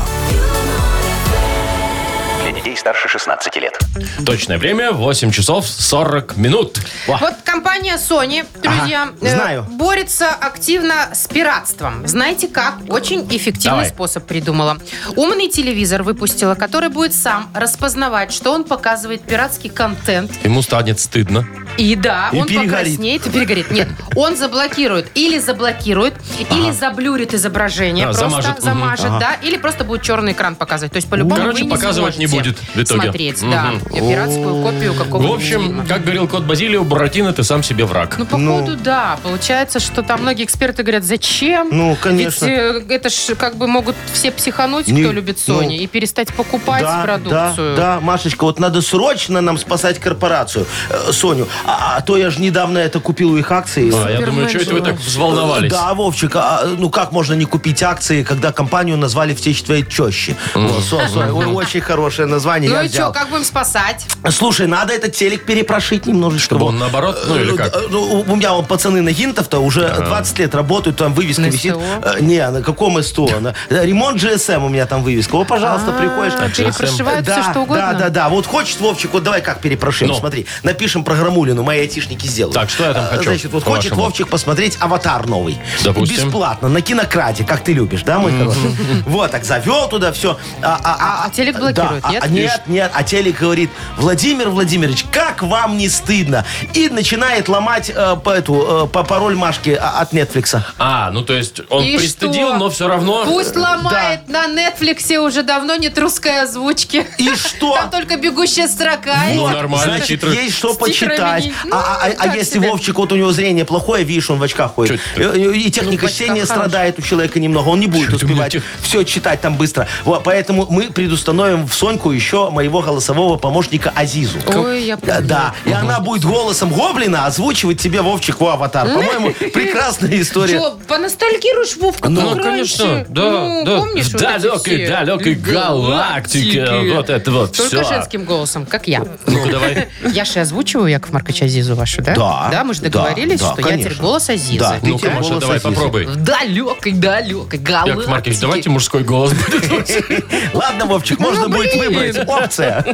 Для детей старше 16 лет. Точное время 8 часов 40 минут. Во. Вот компания Sony, друзья, э, Ага, знаю. борется активно с пиратством. Знаете как? Очень эффективный Давай. способ придумала. Умный телевизор выпустила, который будет сам распознавать, что он показывает пиратский контент. Ему станет стыдно. И да, И он перегорит. покраснеет и перегорит. Нет, он заблокирует. Или заблокирует, или заблюрит изображение. А, просто замажет, замажет, мгм, ага. да. Или просто будет черный экран показывать. То есть, по-любому Короче, вы не показывать не сможете будет в итоге. Смотреть, Мгм. да. Пиратскую копию какого-нибудь В общем, фильма. как говорил кот Базилио, Буратино, ты сам себе враг. Ну, походу, да. Получается, что там многие эксперты говорят, зачем? Ну, конечно. Ведь э, это ж как бы могут все психануть, Не- кто любит ну, Sony, и перестать покупать продукцию. Да, да, Машечка, вот надо срочно нам спасать корпорацию, э, Соню. А, а то я же недавно это купил у их акции. А, я думаю, Супермен что это вы так желаешь. взволновались? Да, Вовчик, а, ну как можно не купить акции, когда компанию назвали в честь твоей тещи? Вот, со- со- ой, очень хорошее название, Ну я и что, взял. как будем спасать? Слушай, надо этот телек перепрошить немножечко. Чтобы во. он наоборот, ну, Э, или э, как? э, ну, у- у меня вон пацаны на Гинтов-то уже 20 лет работают, там вывеска На висит. СТО? Э, Не, на каком СТО? На- э, Ремонт GSM у меня там вывеска. О, пожалуйста, приходишь. А, Перепрошивают Да, все, что угодно? Да, да, да. Вот хочет Вовчик, вот давай как перепрошим, Ну. смотри. Напишем программулину, мои айтишники сделают. Так, что я там А, хочу, Значит, вот хочет по-вашему? Вовчик посмотреть «Аватар» новый. Допустим. Бесплатно, на кинокраде, как ты любишь, да, мой хороший? Вот, так завел туда все. А телек блокирует, нет? Нет, нет, а телек говорит, Владимир Владимирович, как вам не стыдно? И начинает ломать э, по эту, э, по пароль Машки а, от Нетфликса. А, ну то есть он И пристыдил, что? но все равно... Пусть ломает. На Нетфликсе уже давно нет русской озвучки. И что? Там только бегущая строка. Ну, и- нормально, а, Значит, титры. есть что С титрами почитать. не- А- а- а- ну, а так если себе. Вовчик, вот у него зрение плохое, видишь, он в очках ходит. Чё И, и техника Ну, в очках чтения хорошо. страдает у человека немного. Он не будет Чё это у меня успевать тех- все читать там быстро. Вот, поэтому мы предустановим в Соньку еще моего голосового помощника Азизу. Ой, я Да, да. и она будет голосом гоблина озвучивать тебе Вовчик во аватар. По-моему, прекрасная история. Че, поностальгируешь, Вовка, Ну, как конечно, раньше? да, ну, да. Помнишь, в вот эти далекой, все далекой галактике, вот это вот Только все. женским голосом, как я. Ну-ка давай. Я же озвучиваю, Яков Маркович, Азизу вашу, да? Да. Да, мы же Да, договорились, да, что я конечно. теперь голос Азизы. Да. Ты Ну-ка, тем Маша, голос давай, Азизы. попробуй. В далекой, далекой А галактике. Яков Маркович, давайте мужской голос будет. Ладно, Вовчик, можно будет Ну, блин. выбрать. Опция.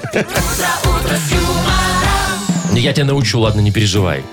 Ну, Я тебя научу, ладно, не переживай.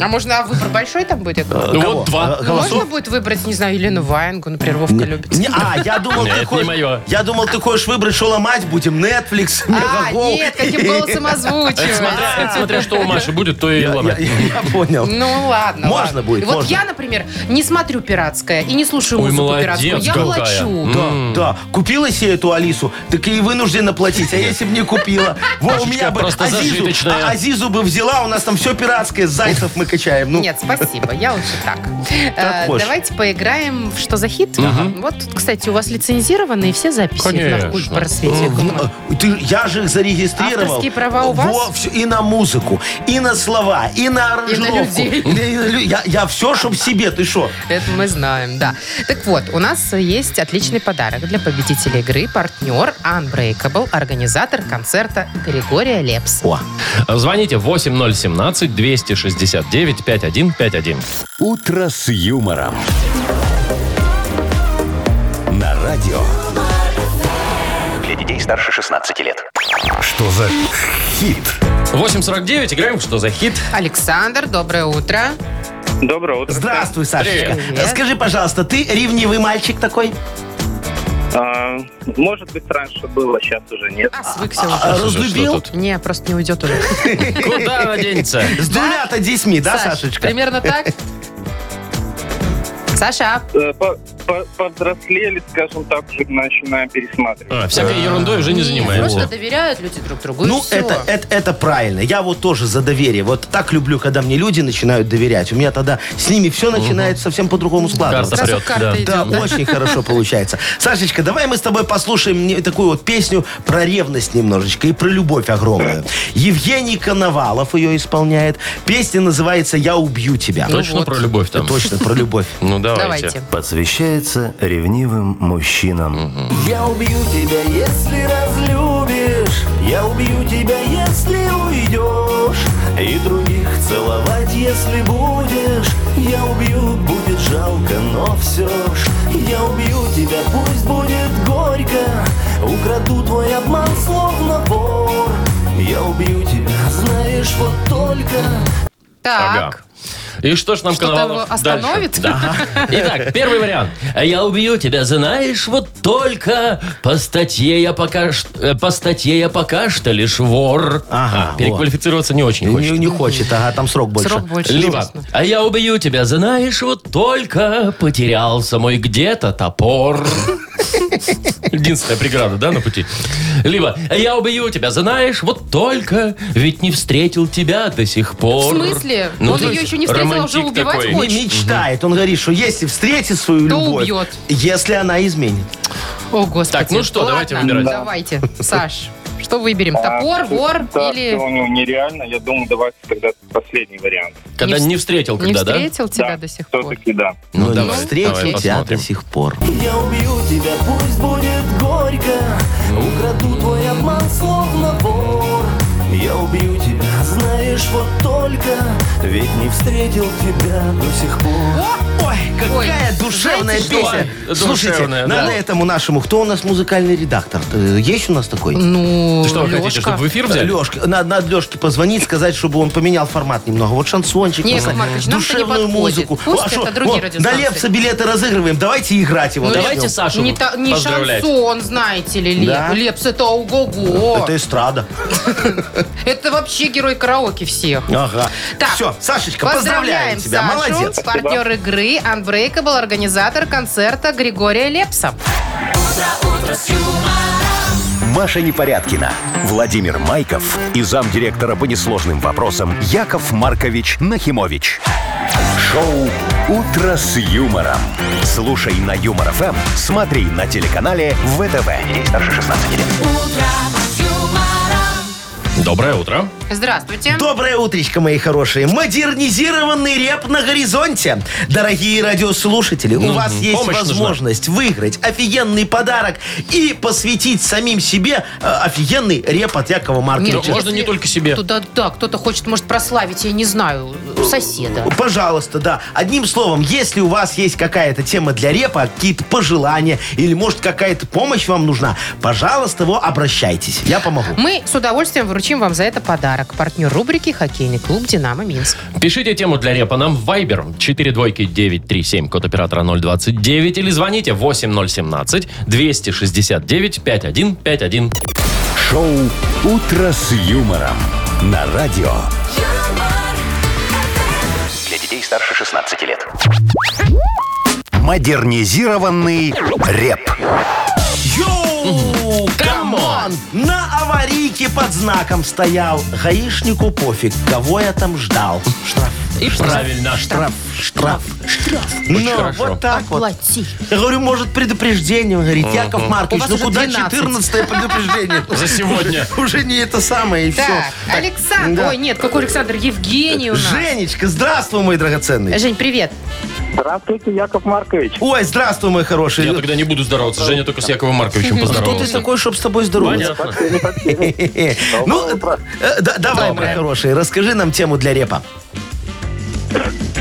А можно а выбор большой там будет? Ну Ну, кого? вот два. А, Ну, голосов? Можно будет выбрать, не знаю, Елену Ваенгу, например, Вовка любит. Не, а, я думал, Нет, ты не хочешь, моё. я думал, ты хочешь выбрать, что ломать будем, Netflix, А, Мегаго. нет, каким голосом Это озвучивать. смотря, это смотря что у Маши будет, то и А, Я, я- ломать. я понял. Ну ладно. Можно ладно. будет, Вот можно. я, например, не смотрю пиратское и не слушаю Ой, музыку молодец пиратскую. Я какая. плачу. М. Да, да. Купила себе эту Алису, так и вынуждена платить. А если бы не купила? Во, у Машечка меня бы просто Азизу, зажиточная. а- Азизу бы взяла, у нас там все пиратское, с зайцев мы качаем. Ну, Нет, спасибо, я лучше так. Э, хочешь. Давайте поиграем в «Что за хит?». Вот, тут, кстати, у вас лицензированные все записи Конечно. на «Вкуль просвете». Э, ты- я же их зарегистрировал. Авторские права у вас? Во, всё, и на музыку, и на слова, и на аранжировку. людей. И на лю- Я, я все, чтоб себе, ты что? Это мы знаем, да. Так вот, у нас есть отличный подарок для победителя игры, партнер Unbreakable, организатор концерта Григория Лепс. О, Звоните 8017-269-5151. Утро с юмором. На радио. Для детей старше 16 лет. Что за хит? 8.49, играем в «Что за хит?» Александр, доброе утро. Доброе утро. здравствуй, Сашечка. Привет. Э, Скажи, пожалуйста, ты ревнивый мальчик такой? А, может быть, раньше было, сейчас уже нет. А, свыкся А, уже. Что за- разлюбил? что Не, просто не уйдет уже. тут? Куда она денется? С двумя-то детьми, да, Саш, Сашечка? Примерно так. Саша, Э, по- по- Повзрослели, скажем так, уже начинаем пересматривать. А, всякой ерундой уже не просто занимается. доверяют люди друг другу. и Ну, всё. это, это, это правильно. Я вот тоже за доверие. Вот так люблю, когда мне люди начинают доверять. У меня тогда с ними все начинает совсем по-другому складываться. Карта Сразу прет, карта да. идет, Да, да? очень хорошо получается. Сашечка, давай мы с тобой послушаем не- такую вот песню про ревность немножечко и про любовь огромную. Евгений Коновалов ее исполняет. Песня называется «Я убью тебя». Точно про любовь там? Точно, про любовь. Ну, давайте. Давайте. Посвящается ревнивым мужчинам. Я убью тебя, если разлюбишь. любишь Я убью тебя, если уйдешь И других целовать, если будешь Я убью, будет жалко, но все ж Я убью тебя, пусть будет горько Украду твой обман, словно вор Я убью тебя, знаешь, вот только Ага. Так. И что ж нам Что-то Коновалов его остановит? дальше? Да. Итак, первый вариант. Я убью тебя, знаешь, вот только по статье я пока что, э, по статье я пока что лишь вор. Ага, Переквалифицироваться не очень Не, хочет. не хочет, ага, там срок больше. Срок больше. Либо, ужасно. а я убью тебя, знаешь, вот только потерялся мой где-то топор. Единственная преграда, да, на пути? Либо, а я убью тебя, знаешь, вот только, ведь не встретил тебя до сих В пор. смысле? Ну, Он то ее есть еще не встретил, а уже романтик убивать такой. Не хочет. мечтает. Он говорит, что если встретит свою То любовь, убьет. если она изменит. О, господи. Так, ну что, Ладно, давайте выбирать. Давайте. Саш, что выберем? Топор, вор или... нереально. Я думаю, давайте тогда последний вариант. Когда Не вс- не встретил, Не когда, да? встретил тебя до сих пор? Все-таки да. Но не Ну, давай, давай встретил тебя до посмотрим. сих пор. Я убью тебя, пусть будет горько Украду твой обман, словно вор Я убью тебя, знаешь, вот только Ведь не встретил тебя до сих пор Ой, какая Ой, душевная знаете песня. что? Слушайте, Душевная, да. надо этому нашему, кто у нас музыкальный редактор? Э, Есть у нас такой? Ну, Что вы хотите, Лёшка. чтобы в эфир взяли? Лешка, надо, надо Лешке позвонить, сказать, чтобы он поменял формат немного. Вот шансончик, Не, послать, Яков Маркович, нам-то не душевную подходит. музыку. Пусть А это что, другие вот, радиостанции. На Лепса билеты разыгрываем, давайте играть его. Ну, начнем. Давайте Сашу Не, та- не поздравлять. шансон, знаете ли, Леп. Да. Лепс это ого-го. Это эстрада. Это вообще герой караоке всех. Ага. Так. Все, Сашечка, поздравляем, тебя. Сашу, Молодец. партнер игры Unbreakable, организатор концерта Григория Лепса. Маша Непорядкина, Владимир Майков и замдиректора по несложным вопросам Яков Маркович Нахимович. Шоу «Утро с юмором». Слушай на Юмор ФМ, смотри на телеканале ВТВ. Здесь старше 16 лет. Доброе утро. Здравствуйте. Доброе утречко, мои хорошие. Модернизированный реп на горизонте. Дорогие радиослушатели, у вас есть помощь нужна. возможность выиграть офигенный подарок и посвятить самим себе э, офигенный реп от Якова Ну, Марковича. можно не только себе. Туда, да, кто-то хочет, может, прославить, я не знаю, соседа. Пожалуйста, да. Одним словом, если у вас есть какая-то тема для репа, какие-то пожелания или, может, какая-то помощь вам нужна, пожалуйста, во, обращайтесь. Я помогу. Мы с удовольствием вручим вам за это подарок. Партнер рубрики «Хоккейный клуб «Динамо Минск». Пишите тему для репа нам в Viber 42937, код оператора 029, или звоните 8017-269-5151. Шоу «Утро с юмором» на радио. Для детей старше 16 лет. Модернизированный реп. Йоу! Камон! На аварийке под знаком стоял. Гаишнику пофиг, кого я там ждал. Штраф, И правильно. штраф, штраф. Штраф. Ну, хорошо. вот так вот. Плати. Я говорю, может, предупреждение, он говорит, Яков У Маркович, вас ну уже куда 12? 14 предупреждение? За сегодня. Уже не это самое, и все. Так, Александр... да. Ой, нет, какой Александр? Евгений у нас. Женечка, здравствуй, мой драгоценный. Жень, привет. Здравствуйте, Яков Маркович. Ой, здравствуй, мой хороший. Я тогда не буду здороваться. Женя только с Яковом Марковичем Кто Э, ты поздоровался. такой, чтобы с тобой здороваться? Понятно. Ну, э, да- давай, мой Доброе. хороший, расскажи нам тему для репа.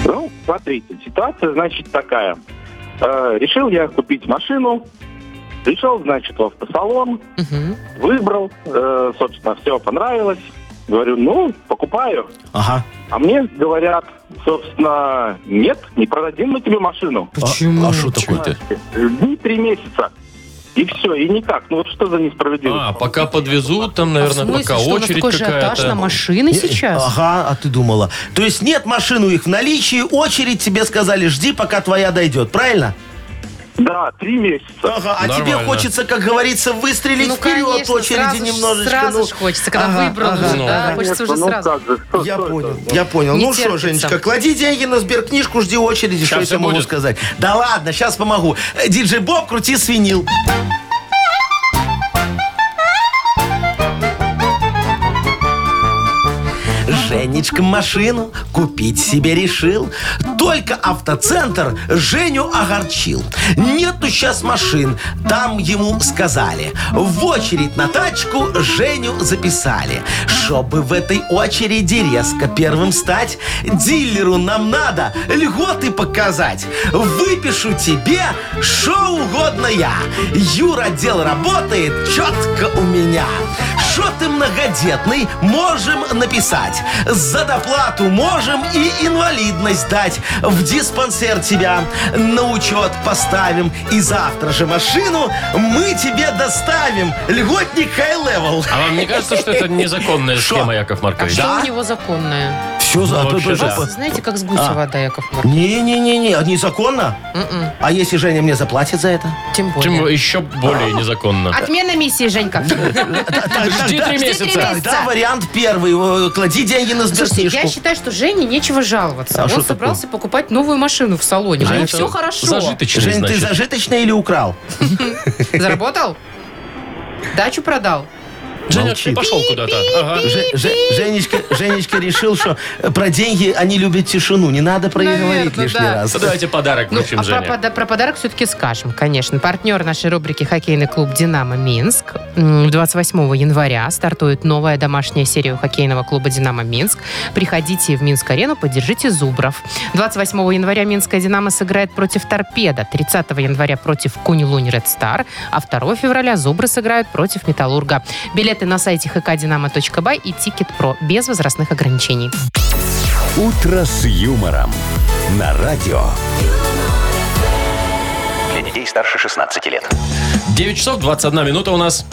Ну, смотрите, ситуация, значит, такая. Э, решил я купить машину, пришел, значит, в автосалон, Мгм. выбрал, э, собственно, все понравилось. Говорю, ну, покупаю. Ага. А мне говорят, собственно, нет, не продадим мы тебе машину. Почему? А что такое-то? Жди три месяца. И все, и никак. Ну вот что за несправедливость? А, пока подвезут, там, А в наверное, смысле, пока что у нас очередь такой ажиотаж на какая-то. машины сейчас? Ага, а ты думала. То есть нет машин у их в наличии, очередь тебе сказали, жди, пока твоя дойдет, правильно? Да, три месяца. Ага, а тебе Нормально. хочется, как говорится, выстрелить Ну, вперед конечно, очереди сразу, ж- немножечко. сразу ну. ж хочется, когда Ага, выбрал, ага. уже, да, Ну, хочется уже ну сразу. как же, что- Я что понял, это? я понял. Не ну что, терпится. Женечка, клади деньги на сберкнижку, жди очереди, Щас что я тебе всё могу будет. сказать. Да ладно, сейчас помогу. Э, Диджей Боб, крути свинил. Ванечка машину купить себе решил. Только автоцентр Женю огорчил. Нету сейчас машин. Там ему сказали. В очередь на тачку Женю записали. Чтобы в этой очереди резко первым стать, дилеру нам надо льготы показать. Выпишу тебе что угодно я. Юра дел работает четко у меня. Что ты многодетный, можем написать. За доплату можем и инвалидность дать. В диспансер тебя на учет поставим. И завтра же машину мы тебе доставим. Льготник хай-левел. А вам не кажется, что это незаконная Шо? схема, Яков Маркович? А Что Да? у него законное? Все, Ну, вообще, да. Знаете, как с гуся А. вода, Яков Маркович? Не-не-не-не, незаконно. Мгм. А если Женя мне заплатит за это? Тем более. Чем еще более незаконно. Отмена миссии, Женька. Жди три А три месяца. месяца. Да, вариант первый. Э, Клади деньги на Слушайте, я сберкнижку. считаю, что Жене нечего жаловаться. А что Он такое? собрался покупать новую машину в салоне. Жень, Ну, все хорошо. Зажиточный, Жень, ты значит. зажиточный или украл? Заработал? Дачу продал? Женя, ты пошел куда-то. Ага. Же- Же- Женечка, Женечка решил, что э, про деньги они любят тишину. Не надо про них Наверно, говорить лишний да. раз. Давайте подарок Ну, вручим а про, Жене. пода- про подарок все-таки скажем, конечно. Партнер нашей рубрики «Хоккейный клуб «Динамо Минск». М, 28 января стартует новая домашняя серия у хоккейного клуба «Динамо Минск». Приходите в Минск-арену, поддержите Зубров. 28 января «Минская Динамо» сыграет против «Торпеда», 30 января против «Кунь-Лунь Ред Стар», а 2 февраля «Зубры» сыграют против «Металлурга». Билеты на сайте hkdinamo.by и «Тикет Про» без возрастных ограничений. «Утро с юмором» на радио. Для детей старше 16 лет. 9 часов 21 минута у нас.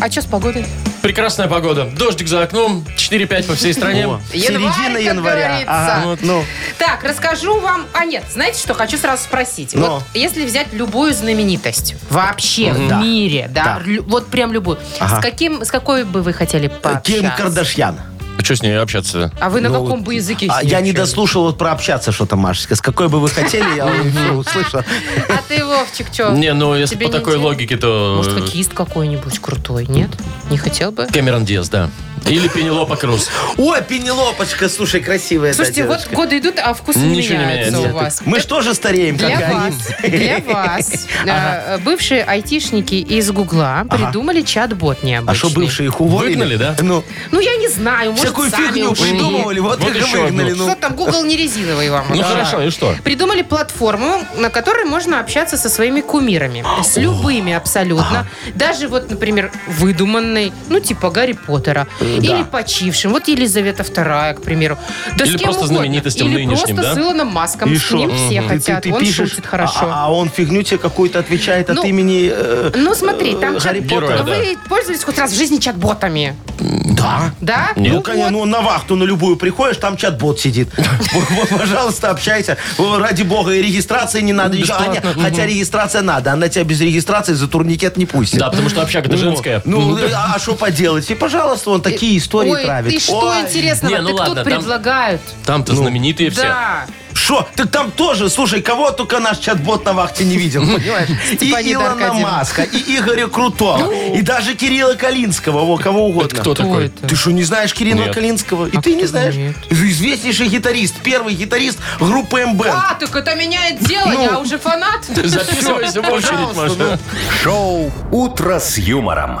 А что с погодой? Прекрасная погода. Дождик за окном. 4-5 по всей стране. О, Январь, Середина как января. говорится. Ага, вот, ну. Так, расскажу вам... А нет, знаете, что хочу сразу спросить? Но. Вот если взять любую знаменитость вообще в Да. мире, да, лю- вот прям любую, Ага. Э, с, каким, с какой бы вы хотели пообщаться? Ким Кардашьян. А что с ней общаться? А вы на Ну, каком бы языке с А, ней я не общались? дослушал вот про общаться что-то, Машечка. С какой бы вы хотели, я не услышал. А ты, Вовчик, что? Не, ну э, если Тебе по не такой интересно? логике, то... Может, хоккеист какой-нибудь крутой, нет? Не хотел бы? Кэмерон Диас, да. Или Пенелопа Круз. Ой, Пенелопочка, слушай, красивая эта Слушайте, вот девочка. годы идут, а вкусы Ничего не не меняются меняется. у вас. Мы же тоже стареем, как и Для они. вас, для вас э, бывшие айтишники из Гугла придумали чат-бот необычный. А что, бывшие их уволили? Выгнали, да? Ну, Ну, я не знаю, может, всякую сами фигню ушли. придумывали, вот Вот их и еще одну. выгнали. Что ну. там, Google не резиновый вам. Ну Да. хорошо, и что? Придумали платформу, на которой можно общаться со своими кумирами. С любыми абсолютно. Даже вот, например, выдуманный, ну, типа Гарри Поттера. Э, Или почившим. Вот Елизавета Вторая, к примеру. Да Или с кем просто угодно. знаменитостям Или нынешним, да? просто с Илоном Маском. И с шо? ним все Ты- хотят. ты- ты он пишешь, шутит хорошо. А, а он фигню тебе какую-то отвечает от Ну, имени э, ну, смотри, там э, же- Гарри Героя, Поттера. да. Вы пользовались хоть раз в жизни чат-ботами? Да. Да? Нет. Ну, конечно, ну, на вахту на любую приходишь, там чат-бот сидит. Вот, Пожалуйста, общайся. О, Ради бога, и регистрации не надо. Еще, Аня, хотя регистрация надо, она тебя без регистрации за турникет не пустит. Да, потому что общага-то Ну, женская. Ну, э, а что поделать? И, пожалуйста, он такие истории Э, Ой, травит. ты что Ой, интересного? Не, ну ты ладно, тут там- предлагают? Там-то знаменитые все. Да. Что? Ты там тоже, слушай, кого только наш чат-бот на вахте не видел, понимаешь? И Степанида Илона Аркадьевна. Маска, и Игоря Крутого, и даже Кирилла Калинского, во, кого угодно. Кто такой? это? Ты что, не знаешь Кирилла Нет. Калинского? И А ты не кто знаешь? знает? Известнейший гитарист, первый гитарист группы МБ. А, так это меняет дело, Ну. я уже фанат. Записывайся в очередь, Пожалуйста, Маша. Шоу «Утро с юмором».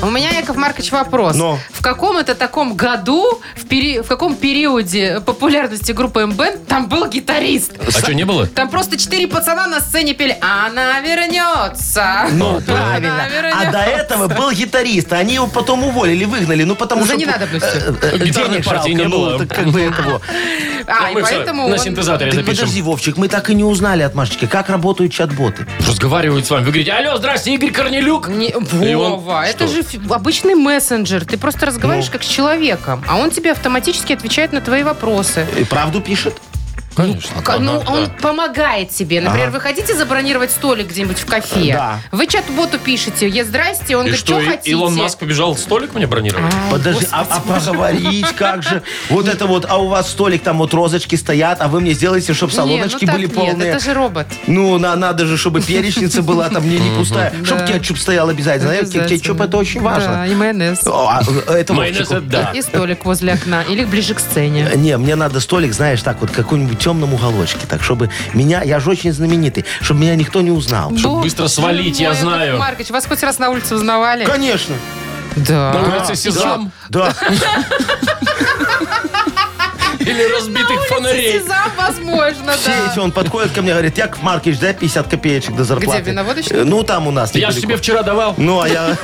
У меня, Яков Маркович, вопрос. Но. В каком это таком году, в, пери- в каком периоде популярности группы МБ там был гитарист? А что, не было? Там просто четыре пацана на сцене пели «Она вернется». Ну, Она правильно. вернется. А до этого был гитарист. а Они его потом уволили, выгнали. Ну, потому За что... ненадобностью. э, э, Гитарной денег партии не жалко, ну, было. так как бы этого. А, и Мы всё поэтому на он- синтезаторе Так запишем. подожди, Вовчик, мы так и не узнали от Машечки, как работают чат-боты. Разговаривают с вами. Вы говорите, алло, здрасте, Игорь Корнелюк. Не- И он- Вова, это что? же фи- обычный мессенджер. Ты просто Ну. разговариваешь как с человеком, а он тебе автоматически отвечает на твои вопросы. И правду пишет? Конечно. К- ну, Ага, он А да. помогает тебе. Например, вы хотите забронировать столик где-нибудь в кафе? Да. Вы чат-боту пишете, я здрасте, он И говорит, что, что И- хотите? Илон Маск побежал столик мне бронировать? Ай, Подожди, а, а поговорить как же? Вот это вот, а у вас столик, там вот розочки стоят, а вы мне сделаете, чтобы не, ну салоночки так были нет, полные. это же робот. Ну, на- надо же, чтобы перечница была там не, не пустая. Чтобы кетчуп стоял обязательно. Знаете, кетчуп Обязательно. это очень Да, важно. и майонез. О, а, э, это Майонез Вовчику. это да. И столик возле окна. Или ближе к сцене. Не, мне надо столик, знаешь, так вот, в каком-нибудь темном уголочке, так, чтобы меня, я же очень знаменитый, чтобы меня никто не узнал. Чтоб Бог быстро ты свалить, я мой, Яков знаю. Маркович, вас хоть раз на улице узнавали? Конечно. Да. На улице Сезам Да. или разбитых фонарей. Сезам, Типа возможно, Все да. эти, он подходит ко мне, говорит, Яков Маркич, дай 50 копеечек до зарплаты. виноводочный? Э, Ну, там у нас. Я же недалеко. тебе вчера давал. Ну, а я...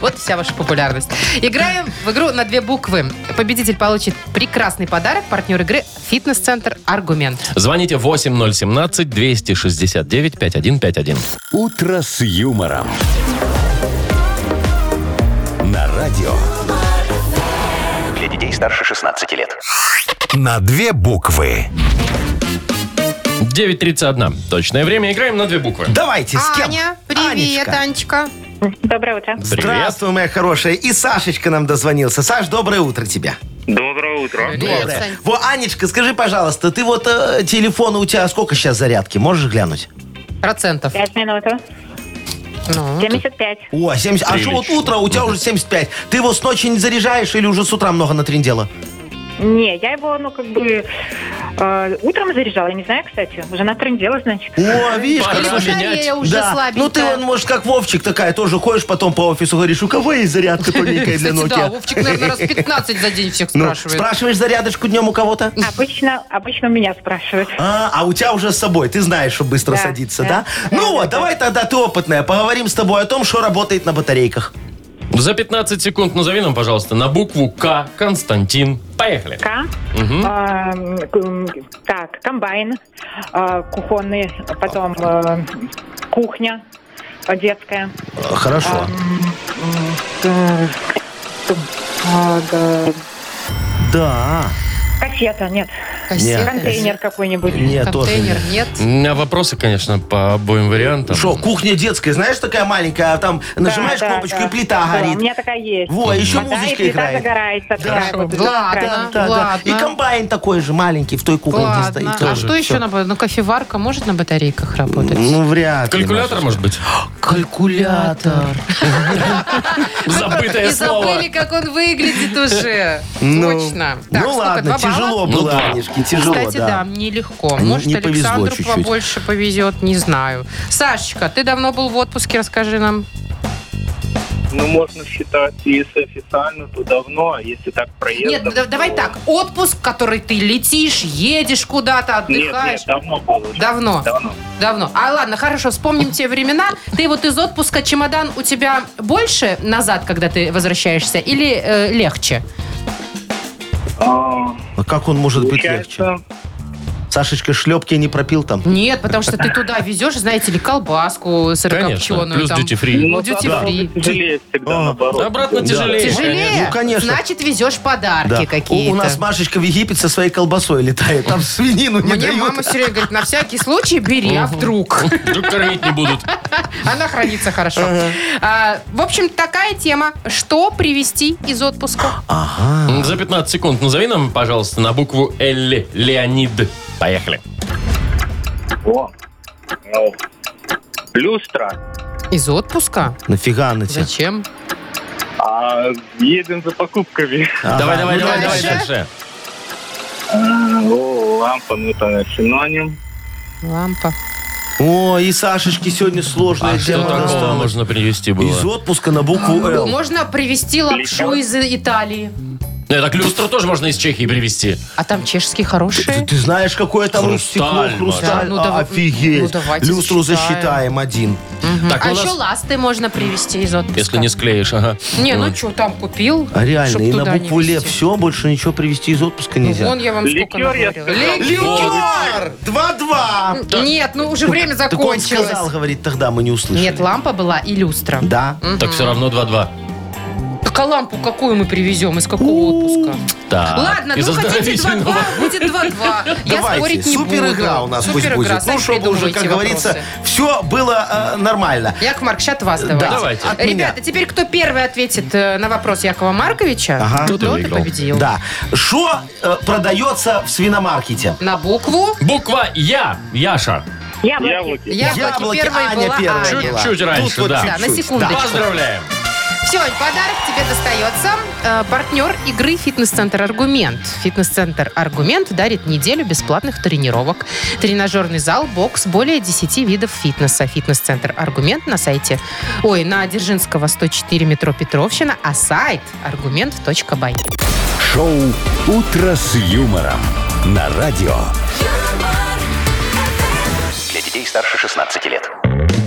Вот и вся ваша популярность. Играем в игру на две буквы. Победитель получит прекрасный подарок. Партнер игры «Фитнес-центр Аргумент». Звоните 8017-269-5151. «Утро с юмором». На радио. Для детей старше 16 лет. На две буквы. 9.31. Точное время. Играем на две буквы. Давайте, с кем? Аня, привет, Анечка. Анечка. Доброе утро. Привет. Здравствуй, моя хорошая. И Сашечка нам дозвонился. Саш, доброе утро тебе. Доброе утро. Привет, Доброе. Сань. Во, Анечка, скажи, пожалуйста, ты вот э, телефона у тебя сколько сейчас зарядки? Можешь глянуть? Процентов. Пять минут. а? Ну. 75. О, 70. А что вот Прилично. утро, у тебя уже 75. Ты его с ночи не заряжаешь или уже с утра много натрендела? Не, я его, ну, как бы, э, утром заряжала. Я не знаю, кстати. Уже на дело, значит. О, видишь, Пора как Или Хорошо, батарея менять. уже да. слабенькая. Ну ты, он, может, как Вовчик такая, тоже ходишь потом по офису, говоришь, у кого есть зарядка тоненькая для Кстати, да, Nokia? Вовчик, наверное, раз 15 за день всех Ну, спрашивает. спрашиваешь зарядочку днем у кого-то? Обычно, обычно меня спрашивают. А, а у тебя уже с собой, ты знаешь, что быстро Да, садится, да? да. Ну вот, давай тогда ты опытная, поговорим с тобой о том, что работает на батарейках. За 15 секунд назови нам, пожалуйста, на букву К Константин. Поехали. К. А, м, так, комбайн, а, кухонный, потом э, кухня э, детская. Э, Хорошо. Э, а, да, Да. Кассета, нет. Кассеты. Контейнер какой-нибудь. Нет, тоже Контейнер нет. нет. У меня вопросы, конечно, по обоим вариантам. Что, кухня детская, знаешь, такая маленькая, а там нажимаешь Да, да, кнопочку да. и плита Да, У горит. меня такая есть. Во, еще Вода и музычка плита играет. загорается. такая вот Ладно, Ладно, Да, да. И ладно. комбайн такой же маленький в той кухне где стоит. Ладно. А Тоже что еще всё. на ба- Ну, кофеварка может на батарейках работать? Ну, вряд ли. Калькулятор, может быть? Маша. Калькулятор. Забытое И слово. забыли, как он выглядит уже. Ну. Точно. Так, Ну сколько, ладно, два балла? тяжело Ну, было, два. Анишке, тяжело, Кстати, да, нелегко. Не- Может, не повезло Александру чуть-чуть. побольше повезет, не знаю. Сашечка, ты давно был в отпуске, расскажи нам. Ну, можно считать, если официально, то давно, а если так проездом... Нет, да- то- давай так. Отпуск, в который ты летишь, едешь куда-то, Нет, отдыхаешь. нет, давно было. уже. Давно. Давно. Давно. А ладно, хорошо, вспомним те времена. Ты вот из отпуска чемодан у тебя больше назад, когда ты возвращаешься, или э, легче? А, А как он может быть легче? получается, Сашечка шлепки не пропил там? Нет, потому что ты туда везешь, знаете ли, колбаску Конечно. сырокопченую. Плюс там. duty free. ну, duty да, free. тяжелее всегда, А. наоборот. Обратно Да. тяжелее. Тяжелее? Ну, конечно. Значит, везешь подарки Да. какие-то. У, у нас Машечка в Египет со своей колбасой летает. Там свинину не Мне дают. мама все время говорит, на всякий случай бери, а вдруг. конечно. Вдруг кормить не будут. Она хранится хорошо. А, В общем, такая тема. Что привезти из отпуска? Ага. За 15 секунд назови нам, пожалуйста, на букву Л. Леонид. Поехали. О. О. Люстра. Из отпуска? Нафига она тебе? Зачем? А, едем за покупками. Ага. Давай, давай, Ну, давай, дальше. давай дальше. А, О, лампа, ну это синоним. Лампа. О, и Сашечке сегодня сложная А что тема такого досталась. можно привести Из было? Ну, отпуска на букву О, «Л». Можно привезти лапшу из Италии. Ну, так люстру тоже можно из Чехии привезти. А там чешские Ты, хорошие. ты знаешь, какое там Хрусталь, стекло, Маша. хрусталь? Да, ну да, А, Офигеть. ну давайте Люстру засчитаем. засчитаем один. Так, ну, а у нас- еще ласты можно привезти из отпуска. Если не склеишь, ага. Не, ну что, там купил. А реально, чтоб и на туда не букву «Л» везти. все, больше ничего привезти из отпуска Ну, нельзя. Вон я вам сколько Ликер, я наговорила. сказал. Ликер! Ликер! 2-2! Нет, ну уже время Так он закончилось. сказал, говорит, тогда мы не услышали. Нет, лампа была и люстра. Да. Так все равно 2-2. А лампу какую мы привезем? Из какого отпуска? А, Так, Ладно, из ну хотите оздоровительного. 2-2, будет 2-2. Я спорить не буду. супер игра у нас пусть Супер игра, будет. сами Ну, чтобы уже, как придумывайте говорится, вопросы. все было э, нормально. Яков Маркович, от вас Да, давайте. Давайте. от меня. Ребята, теперь кто первый ответит э, на вопрос Якова Марковича, Ага. тот, Тот и и выиграл. победил. Да. Что э, продается в свиномаркете? На букву Буква Я, Яша. Яблоки. Яблоки. яблоки, первой Аня была первая Аня. была. Чуть-чуть Тут раньше, вот да. чуть-чуть, Да, на секундочку. Поздравляем. Все, подарок тебе достается. Э, Партнер игры «Фитнес-центр Аргумент». «Фитнес-центр Аргумент» дарит неделю бесплатных тренировок. Тренажерный зал, бокс, более 10 видов фитнеса. «Фитнес-центр Аргумент» на сайте, ой, на Дзержинского, 104 метро Петровщина, а сайт аргумент.бай. Шоу «Утро с юмором» на радио. Для детей старше 16 лет.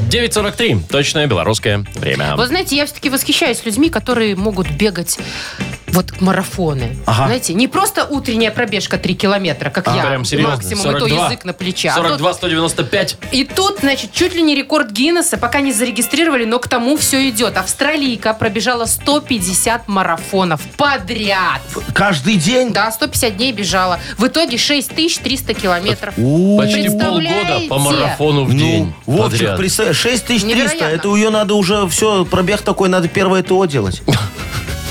9.43. Точное белорусское время. Вы знаете, я все-таки восхищаюсь людьми, которые могут бегать вот марафоны. Знаете, не просто утренняя пробежка 3 километра, А, как я. Прям серьезно. Максимум, 42. и то язык на плечах. А тут 42, 195. И тут, значит, чуть ли не рекорд Гиннесса, пока не зарегистрировали, но к тому все идет. Австралийка пробежала 150 марафонов подряд. Каждый день? Да, 150 дней бежала. В итоге 6300 километров. Почти полгода Представляете? по марафону в Ну, день. Вовчик, подряд. представь, 6300, Невероятно. это у ее надо уже все, пробег такой, надо первое ТО делать.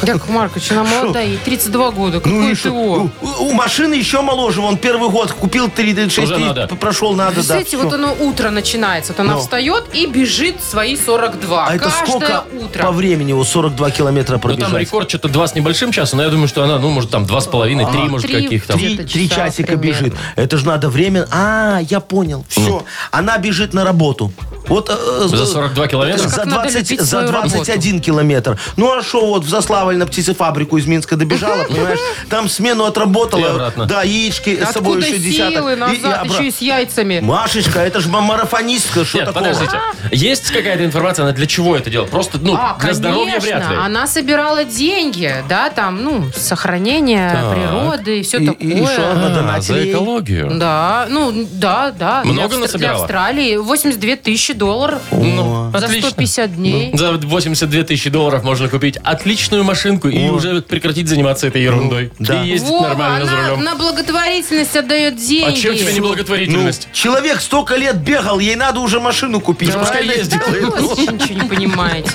Яков Маркович, ну, она молодая, ей 32 года. Какое Ну, и ты шо? о? У, у машины еще моложе, он первый год купил 36 Уже надо. тысяч, прошел надо, да. Представляете, всё. вот оно утро начинается. Вот она Ну. встает и бежит свои 42. А это Каждое сколько утро. по времени у 42 километра Ну, там пробежать? рекорд что-то 2 с небольшим часом, но я думаю, что она, ну, может, там 2,5, 3, А, может, три. каких там. Три. Три, где-то три часа часика примерно. бежит. Это же надо время. А, я понял. Все. Она бежит на работу. Вот э, Ну. За э, 42 километра? За, Как надо 20, любить за свою 21 километр. Ну а что, вот в Заславль на птицефабрику из Минска добежала, понимаешь? Там смену отработала. И обратно. Да, яички с собой Откуда еще силы десяток. И- и назад, обра- еще и с яйцами? Машечка, это же марафонистка, что Нет, такого? подождите. Есть какая-то информация, она для чего это делает? Просто, ну, А, для здоровья вряд конечно, ли. Она собирала деньги, да, там, ну, сохранение Так. природы и все И- и- такое. и что она А, донатила за ей? экологию. Да, ну, да, да. Много Для Австр- насобирала? Для Австралии 82 тысячи долларов Ну, за 150 дней. За 82 тысячи долларов можно купить отличную машинку и уже прекратить заниматься этой ерундой. Ну, да. И ездить Вова, нормально за она рулем. на благотворительность отдает деньги. А чем тебе не Ну, благотворительность? человек столько лет бегал, ей надо уже машину купить. Да, пускай правильно? ездит. Вы вообще ничего не понимаете.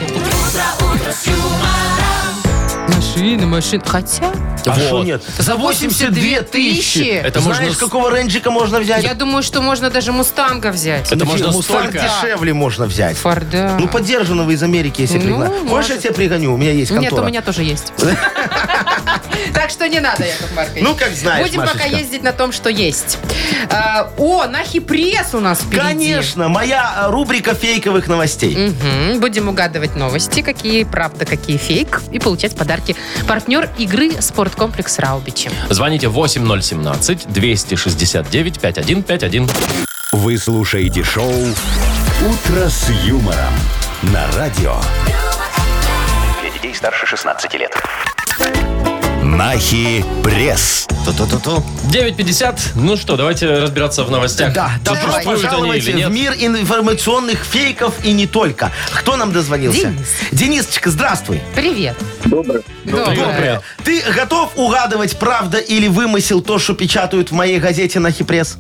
Машины, машины. Хотя, А Вот. что нет? За 82 тысячи. Это Это Знаешь, можно с- какого ренджика можно взять? я думаю, что можно даже мустанга взять. Это Ну, можно Мустанг столько. дешевле можно взять. Форда. Ну, подержанного из Америки, если Ну, пригнать. Хочешь, я может. тебе пригоню? У меня есть контора. Нет, у меня тоже есть. Так что не надо, Яков Маркович. Ну, как знаешь, Будем пока Машечка. ездить на том, что есть. А, О, на пресс у нас впереди. Конечно, моя э, рубрика фейковых новостей. Мгм. Будем угадывать новости, какие правда, какие фейк, и получать подарки. Партнер игры «Спорткомплекс Раубичи». Звоните 8017-269-5151. Вы слушаете шоу «Утро с юмором» на радио. Для детей старше 16 лет. Нахи пресс. 9.50. Ну что, давайте разбираться в новостях. Да, добро Давай. существуют они пожаловать или в нет. мир информационных фейков и не только. Кто нам дозвонился? Денис. Денисочка, здравствуй. Привет. Доброе. Доброе. Доброе. Ты готов угадывать, правда или вымысел то, что печатают в моей газете на Хипресс?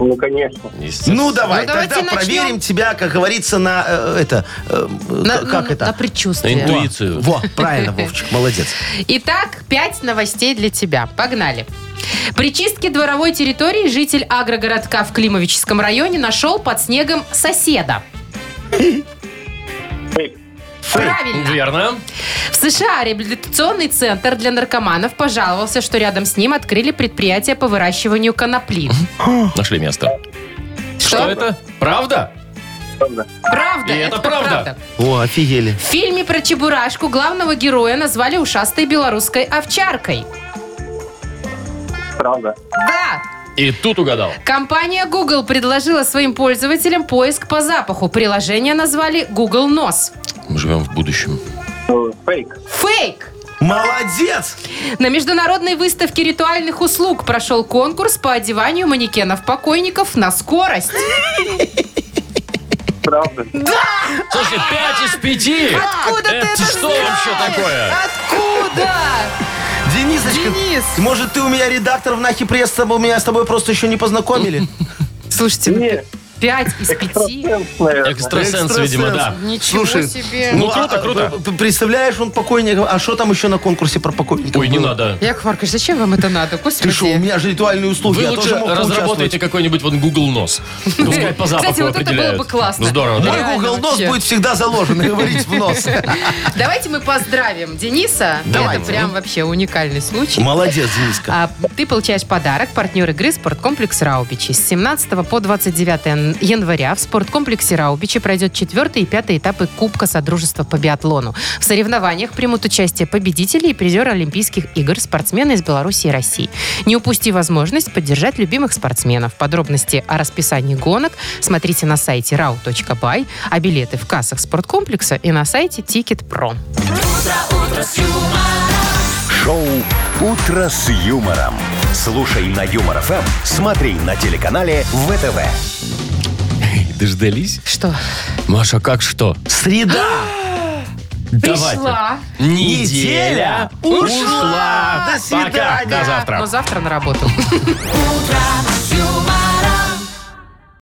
Ну, конечно. Естественно. Ну давай, Ну, давайте тогда начнем. проверим тебя, как говорится, на э, это э, На, ну, к- как на- это? на предчувствие. Интуи- интуицию. Во, правильно, Вовчик, молодец. Итак, пять новостей для тебя. Погнали. При чистке дворовой территории житель агрогородка в Климовическом районе нашел под снегом соседа. Фейк. Правильно. Верно. В США реабилитационный центр для наркоманов пожаловался, что рядом с ним открыли предприятие по выращиванию конопли. Нашли место. Что это? Правда? Правда. Правда, И это правда. О, офигели. В фильме про Чебурашку главного героя назвали ушастой белорусской овчаркой. Правда. Да, И тут угадал. Компания Google предложила своим пользователям поиск по запаху. Приложение назвали Google Нос. Мы живем в будущем. Ну, Фейк. Фейк! Молодец! На международной выставке ритуальных услуг прошел конкурс по одеванию манекенов покойников на скорость. правда. Слушайте, 5 из 5! Откуда ты это что вообще знаешь? такое? Откуда? Денисочка, Денис! может, ты у меня редактор в Нахи Пресс, с тобой- меня с тобой просто еще не познакомили? Слушайте, ну, Нет, пять из пяти? экстрасенс, наверное. Экстрасенс, Экстрасенс. видимо, да. Ничего Слушай, себе. Ну, а- круто, круто. п- п- Представляешь, он покойник. А что там еще на конкурсе про покойника? Ой, не было? надо. Яков Маркович, зачем вам это надо? Ты что, у Господи. меня же ритуальные услуги. Вы я лучше тоже мог поучаствовать. разработаете какой-нибудь вот Google нос. Пускай по запаху Кстати, вот это определяют. было бы классно. Ну, Здорово, да? Мой Реально Google нос вообще. будет всегда заложен и говорить в нос. Давайте мы поздравим Дениса. Давайте. Это прям вообще уникальный случай. Молодец, Дениска. А ты получаешь подарок. Партнер игры «Спорткомплекс Раубичи». С 17 по 29 января в спорткомплексе Раубичи пройдет четвертый и пятый этапы Кубка Содружества по биатлону. В соревнованиях примут участие победители и призеры Олимпийских игр, спортсмены из Беларуси и России. Не упусти возможность поддержать любимых спортсменов. Подробности о расписании гонок смотрите на сайте rau.by, а билеты в кассах спорткомплекса и на сайте Ticket.pro. Шоу «Утро с юмором». Слушай на Юмор ФМ, смотри на телеканале ВТВ. Дождались? Что? Маша, как что? Среда. Пришла. Неделя ушла. До Пока. свидания. До Но завтра. завтра на работу. утро